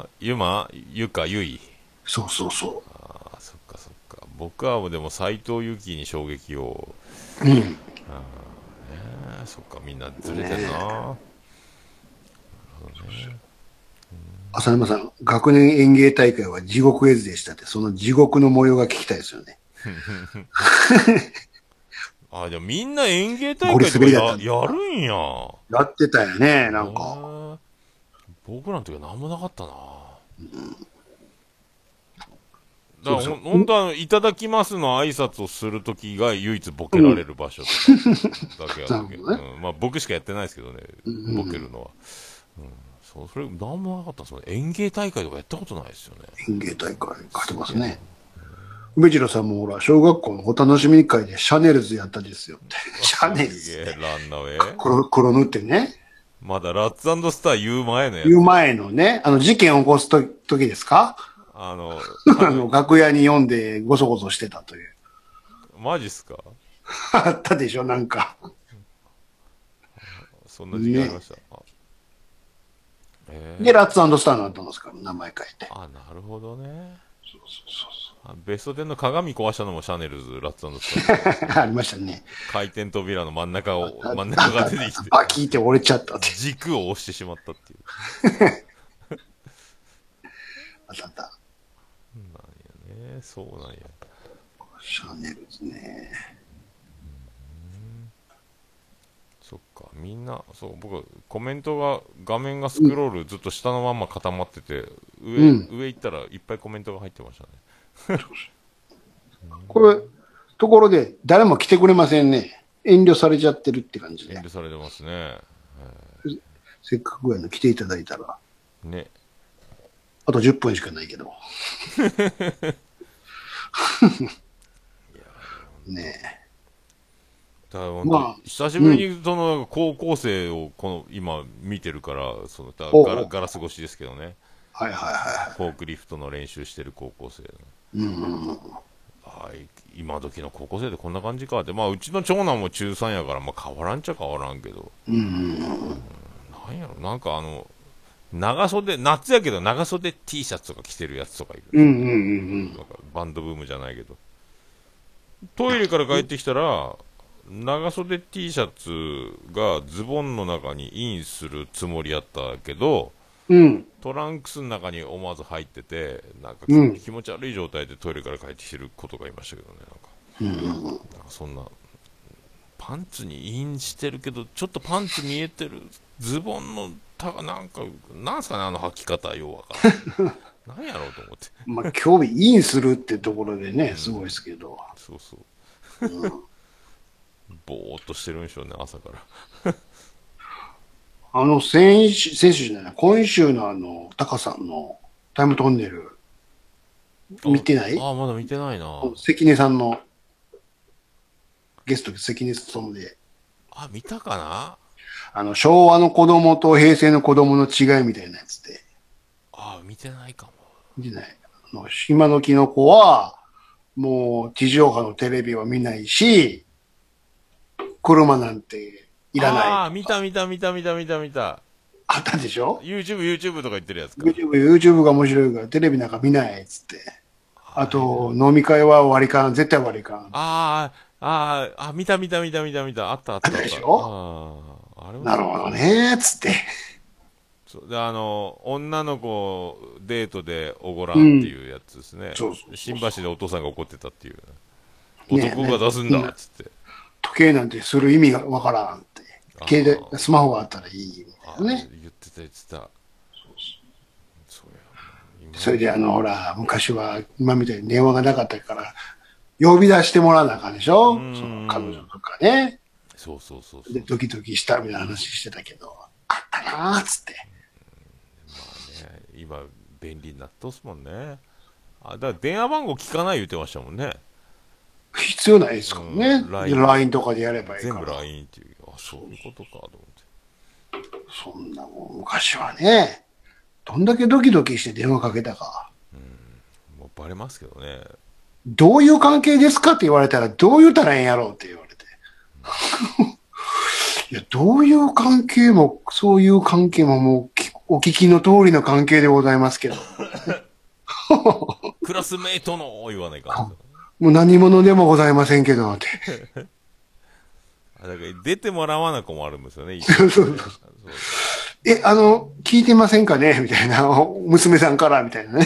Speaker 2: あゆまゆかゆい
Speaker 1: そうそうそ
Speaker 2: あそっかそっか僕はもうでも斎藤由貴に衝撃を
Speaker 1: う。うん。
Speaker 2: えーそっかみんなずれてるな、
Speaker 1: 浅沼さん、学年演芸大会は地獄絵図でしたって、その地獄の模様が聞きたいですよね。
Speaker 2: あでもみんな演芸大
Speaker 1: ゴリ
Speaker 2: 会
Speaker 1: 滑
Speaker 2: とか
Speaker 1: りだ
Speaker 2: や
Speaker 1: ったんだ
Speaker 2: やるんや
Speaker 1: やってたよね、なん
Speaker 2: え
Speaker 1: か。
Speaker 2: ー僕らの時は何もなかったなだからほんほんとあの、いただきますの挨拶をするときが唯一ボケられる場所 だけやったけど、
Speaker 1: なるほど
Speaker 2: うんまあ僕しかやってないですけどね、
Speaker 1: うん
Speaker 2: ボケるのは。うん、そそれ、なんもなかったですもんね。園芸大会とかやったことないですよね。
Speaker 1: 演芸大会勝てますね。梅次郎さんもほら、小学校のお楽しみ会でシャネルズやったですよって。 シャネル
Speaker 2: す
Speaker 1: ズ。
Speaker 2: げえ、ランナウェイ。
Speaker 1: 黒、黒塗ってね。
Speaker 2: まだラッツスター言う前のやつ
Speaker 1: 言う前のね、あの事件を起こすと時ですか
Speaker 2: あの、
Speaker 1: あの、楽屋に読んでごそごそしてたという。
Speaker 2: マジっすか
Speaker 1: あったでしょ、なんか。
Speaker 2: そんな時期ありました。あえー
Speaker 1: で、ラッツスターになったんですから、名前変えて。
Speaker 2: あ、なるほどね。あベスト10の鏡壊したのもシャネルズ、ラッツスター。
Speaker 1: ありましたね。
Speaker 2: 回転扉の真ん中 を、真ん中が出てきて、
Speaker 1: あ、聞いて折れちゃったって。
Speaker 2: 軸を押してしまったっていう。
Speaker 1: あったあった。
Speaker 2: えー、そうなんや。
Speaker 1: シャネルズね。
Speaker 2: そっか、みんな、そう、僕、コメントが、画面がスクロールずっと下のまんま固まってて、上、
Speaker 1: う
Speaker 2: 上行ったらいっぱいコメントが入ってましたね。
Speaker 1: これ、ところで、誰も来てくれませんね。遠慮されちゃってるって感じ
Speaker 2: 遠
Speaker 1: で
Speaker 2: 慮。されてますね。
Speaker 1: せっかくやの来ていただいたら、
Speaker 2: ね。
Speaker 1: あと10分しかないけ ど。ねえ。
Speaker 2: だから本当
Speaker 1: まあ
Speaker 2: 久しぶりにその高校生をこの今見てるから、そのだ
Speaker 1: おう
Speaker 2: ガラガラス越しですけどね、
Speaker 1: はいはいは
Speaker 2: フォークリフトの練習してる高校生、
Speaker 1: い。うんうんうん。
Speaker 2: はい、今時の高校生ってこんな感じかって、まあ、うちの長男も中3やから、まあ、変わらんちゃ変わらんけど、
Speaker 1: うんうん。
Speaker 2: なんやろ、なんかあの、長袖、夏やけど長袖 T シャツとか着てるやつとかいる。
Speaker 1: うんうんうん
Speaker 2: なんかバンドブームじゃないけどトイレから帰ってきたら長袖 T シャツがズボンの中にインするつもりやったけど
Speaker 1: うん。うん。
Speaker 2: トランクスの中に思わず入っててなんか
Speaker 1: うん
Speaker 2: 気持ち悪い状態でトイレから帰ってきてる子とかいましたけどねなんかなんかそんなパンツにインしてるけどちょっとパンツ見えてるズボンのたなんかなんすかねあの履き方ようわ からんなんやろうと思って
Speaker 1: まあ、興味インするってところでね、すごいですけど。
Speaker 2: そうそう。ぼーっとしてるんでしょうね、朝から。
Speaker 1: あの、先週、先週じゃない、今週のあの、タカさんのタイムトンネル、見てない
Speaker 2: ああ、まだ見てないな。
Speaker 1: 関根さんの、ゲスト関根さんで、
Speaker 2: あ、見たかな
Speaker 1: あの、昭和の子供と平成の子供の違いみたいなやつで、
Speaker 2: ああ、見てないかも。
Speaker 1: 見てない。あの、今のキノコは、もう地上波のテレビは見ないし、車なんていらない。
Speaker 2: ああ、見た見た見た見た見た見た。
Speaker 1: あったでしょ
Speaker 2: YouTube、YouTube とか言ってるやつか。
Speaker 1: YouTube, ?YouTube が面白いからテレビなんか見ないっつって。あと、飲み会は割り勘、絶対割り勘。
Speaker 2: ああ、ああ、あ、見た見た見た見た見た。あったあったあった。
Speaker 1: あったでし
Speaker 2: ょああれは
Speaker 1: なるほどね、つって。
Speaker 2: そうであの女の子をデートでおごらんっていうやつですね、
Speaker 1: そうそうそう
Speaker 2: 新橋でお父さんが怒ってたっていう、
Speaker 1: ねえ
Speaker 2: 男が出すんだっつって、
Speaker 1: 時計なんてする意味がわからんって。携
Speaker 2: あ
Speaker 1: 帯、スマホがあったらいいみたいな
Speaker 2: あ
Speaker 1: ね。
Speaker 2: 言ってた言ってたそうやな今
Speaker 1: それであの、ほら、昔は今みたいに電話がなかったから、呼び出してもらわなあかんでしょ
Speaker 2: ん
Speaker 1: その彼女とかね。
Speaker 2: そうそうそうそう
Speaker 1: で、ドキドキしたみたいな話してたけど、あったなーっつって。
Speaker 2: ね今便利になっとっすもんねあだから電話番号聞かない言ってましたもんね
Speaker 1: 必要ないですからね
Speaker 2: う。ん LINE
Speaker 1: LINE とかでやればいい
Speaker 2: 全
Speaker 1: か
Speaker 2: 部
Speaker 1: ら。
Speaker 2: LINE っていうあそういうことかと思って
Speaker 1: そんなもん、昔はね、どんだけドキドキして電話かけたか。
Speaker 2: もうバレますけどね
Speaker 1: どういう関係ですかって言われたら、どう言うたらええんやろうって言われて。 いや、どういう関係も、そういう関係ももうき、お聞きの通りの関係でございますけど、
Speaker 2: クラスメイトの言わないかん
Speaker 1: もう何者でもございませんけど、って。
Speaker 2: あだから出てもらわな子もあるんですよ ね。
Speaker 1: そうそう
Speaker 2: そう
Speaker 1: え、あの、聞いてませんかねみたいな、お娘さんから、みたいなね。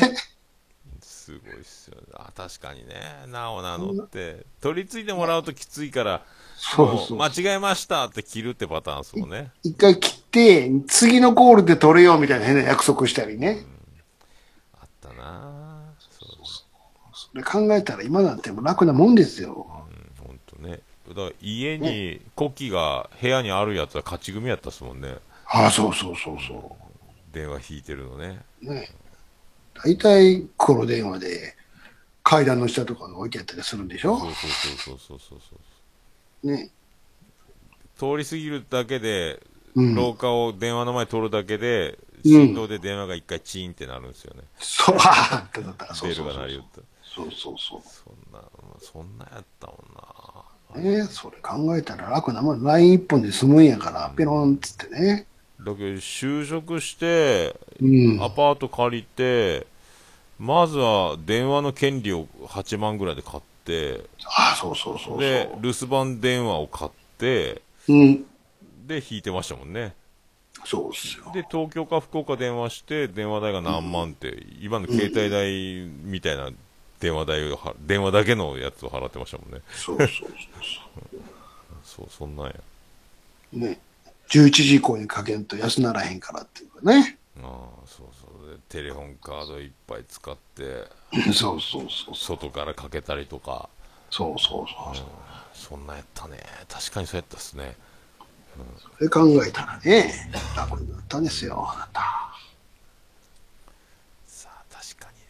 Speaker 2: すごいっすよね。あ、確かにね。なおなのって。取り付いてもらうときついから、
Speaker 1: そうそう
Speaker 2: も間違えましたって切るってパターンですもんね。
Speaker 1: 一回切って、次のコールで取れようみたいな変な約束したりね。
Speaker 2: あったなぁそう
Speaker 1: それ考えたら今なんてもう楽なもんですよ。
Speaker 2: うん、ほんとね。だから家に古希が部屋にあるやつは勝ち組やったっすもんね。
Speaker 1: ああ、そうそうそうそ
Speaker 2: 電話引いてるのね。
Speaker 1: う。ね。大体、黒電話で階段の下とかに置いてあったりするんでし
Speaker 2: そう
Speaker 1: ょ
Speaker 2: そうそうそうそうそうそう。
Speaker 1: ね。
Speaker 2: 通り過ぎるだけで、
Speaker 1: うん
Speaker 2: 廊下を電話の前通るだけで、
Speaker 1: うん
Speaker 2: 振動で電話が一回チーンってなるんですよね。
Speaker 1: そう、ああ、だったら、そ
Speaker 2: ベ
Speaker 1: う
Speaker 2: ル
Speaker 1: そう
Speaker 2: が
Speaker 1: そ
Speaker 2: 鳴
Speaker 1: う
Speaker 2: り。打った。
Speaker 1: そうそうそ
Speaker 2: そんな、そんなやったもんな。
Speaker 1: う。ねそれ考えたら楽なもん。ライン一本で済むんやから、ペロンっつってね。
Speaker 2: だけど、就職して、
Speaker 1: うん。
Speaker 2: アパート借りて、まずは電話の権利を8万ぐらいで買って、
Speaker 1: ああ、そうそうそう
Speaker 2: で、
Speaker 1: そ
Speaker 2: 留守番電話を買って、
Speaker 1: う。うん。
Speaker 2: で、引いてましたもんね。
Speaker 1: そうっすよ。
Speaker 2: で、東京か福岡電話して、電話代が何万って、今の携帯代みたいな電話代をは、電話だけのやつを払ってましたもんね。
Speaker 1: そうそうそうそう。
Speaker 2: そう、そんなんや。
Speaker 1: ね、11時以降にかけんと安ならへんからっていうかね。
Speaker 2: ああ、そうそう。でテレホンカードいっぱい使って、
Speaker 1: そうそうそうそう。
Speaker 2: 外からかけたりとか、
Speaker 1: そうそうそうそう。
Speaker 2: そんなんやったね。確かにそうやったっすね。
Speaker 1: それ考えたらね、楽になったんですよ、あなた。
Speaker 2: さあ、確かにね。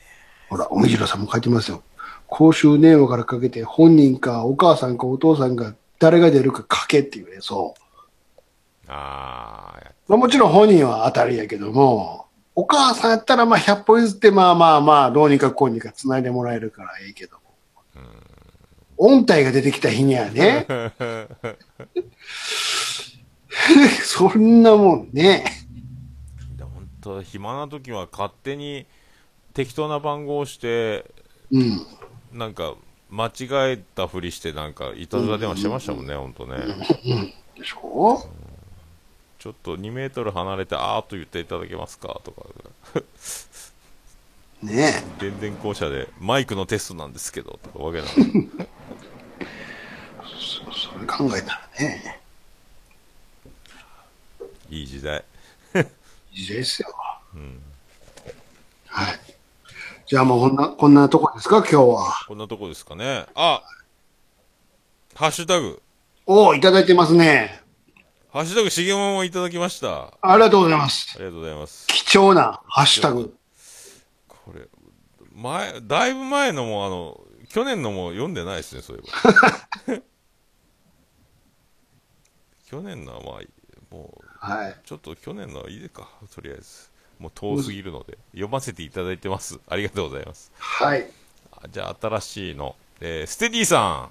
Speaker 1: ほら、おみじろさんも書いてますよ。公衆電話からかけて本人かお母さんかお父さんが誰が出るかかけっていうね、そう。
Speaker 2: ああ、
Speaker 1: まあ、もちろん本人は当たりやけども、お母さんやったらまあ100歩譲ってまあまあまあ、どうにかこうにか繋いでもらえるからいいけども。音体が出てきた日にはね。 そんなもんね。
Speaker 2: で本当暇な時は勝手に適当な番号をして、
Speaker 1: うん。
Speaker 2: なんか、間違えたふりして、なんか、いたずら電話してましたもんね、ほんとね。
Speaker 1: でしょ
Speaker 2: ちょっと2メートル離れて、あーっと言っていただけますか、とか。
Speaker 1: ね
Speaker 2: 電電校舎で、マイクのテストなんですけど、とか、わけな の。
Speaker 1: そそれ考えたらね、
Speaker 2: いい時代。
Speaker 1: いい時代ですよ。はい。じゃあもうこんな、こんなとこですか、今日は。
Speaker 2: こんなとこですかね。あハッシュタグ。
Speaker 1: おお、いただいてますね。
Speaker 2: ハッシュタグ、しげももいただきました。あ
Speaker 1: ありがとうございます。
Speaker 2: りがとうございます。
Speaker 1: 貴重なハッシュタグ。
Speaker 2: これ、前、だいぶ前のも、あの、去年のも読んでないですね、そういえば。 去年のはまあ、もう、
Speaker 1: はい。
Speaker 2: ちょっと去年のはいいか、とりあえず。もう遠すぎるので、読ませていただいてます。ありがとうございます。
Speaker 1: はい。
Speaker 2: あじゃあ、新しいの。えーステディさん。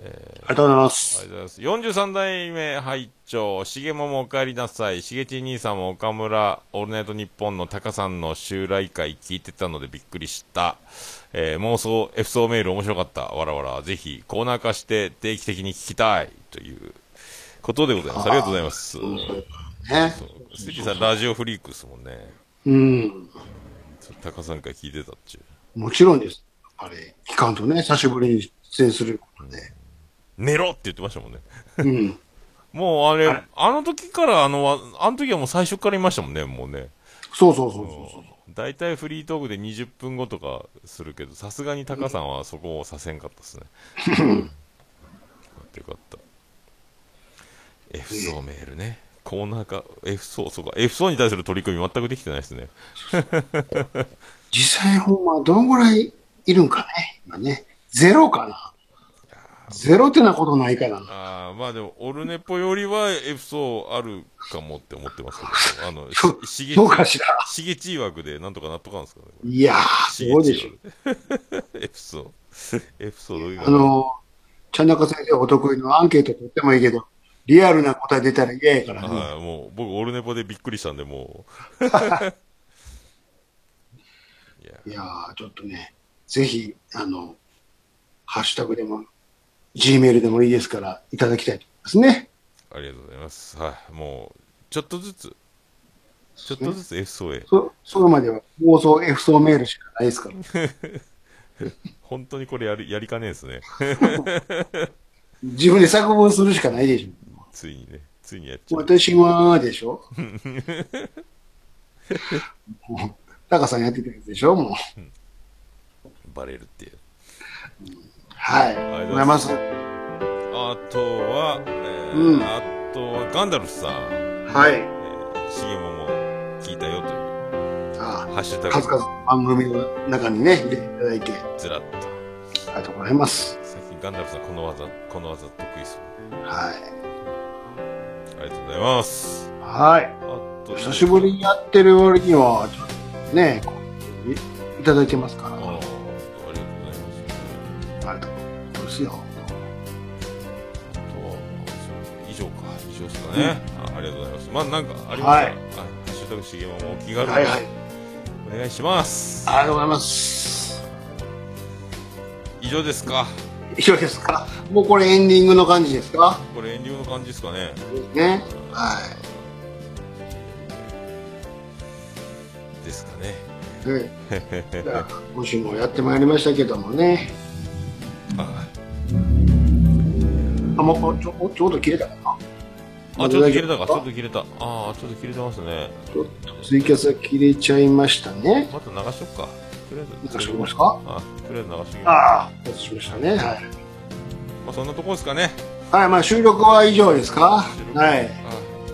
Speaker 1: ありがとうございま
Speaker 2: あ
Speaker 1: す。
Speaker 2: りがとうございます。43代目拝聴しげももお帰りなさい。しげち兄さんも岡村、オールナイトニッポンのタカさんの襲来会聞いてたのでびっくりした。えー妄想、エピソードメール面白かった。わらわら。ぜひコーナー化して定期的に聞きたい。ということでございます。ありがとうございます。
Speaker 1: ね。
Speaker 2: ステッチさん、ラジオフリークですもんね。
Speaker 1: うん。
Speaker 2: タカさんから聞いてたっちゅう。
Speaker 1: もちろんです。あれ、期間とね、久しぶりに出演することで。
Speaker 2: 寝ろって言ってましたもんね。
Speaker 1: うん。
Speaker 2: もうあれ、
Speaker 1: はい
Speaker 2: あの時から、あのわ、あの時はもう最初からいましたもんね、もうね。
Speaker 1: そうそうそうそうそう。
Speaker 2: 大体フリートークで20分後とかするけど、さすがにタカさんはそこをさせんかった ですね。よかったよかった。F 層メールね。コーナーか、F 層、そうか、F 層に対する取り組み全くできてないですね。
Speaker 1: 実際、ほんま、どのぐらいいるんかね、今ね。ゼロかな。ゼロってなことないかな。
Speaker 2: ああ、まあでも、オルネポよりは F 層あるかもって思ってますけど、あの、
Speaker 1: そう
Speaker 2: しげち
Speaker 1: どうかしら。
Speaker 2: しげち枠でなんとかなっとかんですかね。これ
Speaker 1: いやー、
Speaker 2: し
Speaker 1: すごいでしょ。
Speaker 2: エピソー ド。エピソードどういう
Speaker 1: あの、ちゃんなか先生お得意のアンケート取ってもいいけど、リアルな答え出たら嫌やからね。
Speaker 2: はい、もう僕、オルネポでびっくりしたんで、もう。いや、
Speaker 1: いやー、ちょっとね、ぜひ、あの、ハッシュタグでも、G メールでもいいですから、いただきたいと思いますね。
Speaker 2: ありがとうございます。はい、もう、ちょっとずつ、ちょっとずつ F 層へ。
Speaker 1: そ、そこまでは妄想 F 層メールしかないですから。
Speaker 2: 本当にこれやるやりかねえですね。
Speaker 1: 自分で作文するしかないでし
Speaker 2: ついにね、ついにやっち
Speaker 1: ょ。
Speaker 2: ゃう。
Speaker 1: 私は、でし ょ。もう、タカさんやってたやつでしょ、もう。
Speaker 2: バレるっていう。
Speaker 1: はい。ありがとうございます。
Speaker 2: あとは、えー
Speaker 1: うん
Speaker 2: あとはガンダルフさん、え
Speaker 1: はい。
Speaker 2: ー、シゲモも聞いたよという、
Speaker 1: あ
Speaker 2: ハッシュタ
Speaker 1: あ数
Speaker 2: グ
Speaker 1: 々番組の中にね、入れていただいて、
Speaker 2: ずらっと。
Speaker 1: ありがとうございます。
Speaker 2: 最近ガンダルフさん、この技、この技得意そう。
Speaker 1: はい。
Speaker 2: ありがとうございます。
Speaker 1: はい。
Speaker 2: あと、
Speaker 1: 久しぶりにやってる割には、ちょっとね、こういいただいてますから、
Speaker 2: あ
Speaker 1: あ
Speaker 2: あ、ありがとうございます。
Speaker 1: りがとうございますよ。
Speaker 2: あとは、以上か、以上ですかね、あ。ありがとうございます。まあ、なんかありましたら、
Speaker 1: はい
Speaker 2: はい、ハッシュタグしげまもお気軽に、
Speaker 1: はいはい。
Speaker 2: お願いします。
Speaker 1: ありがとうございます。
Speaker 2: 以上ですか。
Speaker 1: 以上ですかもうこれエンディングの感じですか
Speaker 2: これ、エンディングの感じですかね。
Speaker 1: ね。は
Speaker 2: ですかね。
Speaker 1: い。 でじゃあ今週もやってまいりましたけどもね。
Speaker 2: あ
Speaker 1: あ、もうおちょおちょうど切れたかな
Speaker 2: あ、ちょっと切れたか、ちょっと切れた。ああ、ちょっと切れてますね。
Speaker 1: ちょっとツイキャスが切れちゃいましたね。
Speaker 2: また流しとくか。とりあえず、
Speaker 1: 流しときますか
Speaker 2: あ、とりあえず流しときます。
Speaker 1: ああ、おしましたね。はい。
Speaker 2: まあ、そんなとこですかね。
Speaker 1: はい、まあ収録は以上ですか
Speaker 2: 収録
Speaker 1: はい。
Speaker 2: あ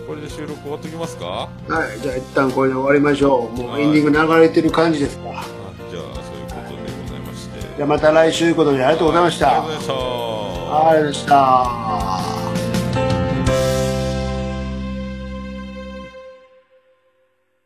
Speaker 2: これで収録終わっときますか
Speaker 1: はい、じゃあ一旦これで終わりましょう。もうエンディング流れてる感じですから。
Speaker 2: あじゃあそういうことでございまして
Speaker 1: じゃあまた来週ということでありがとうございました。
Speaker 2: ありがとうございました
Speaker 1: ありがとうございました。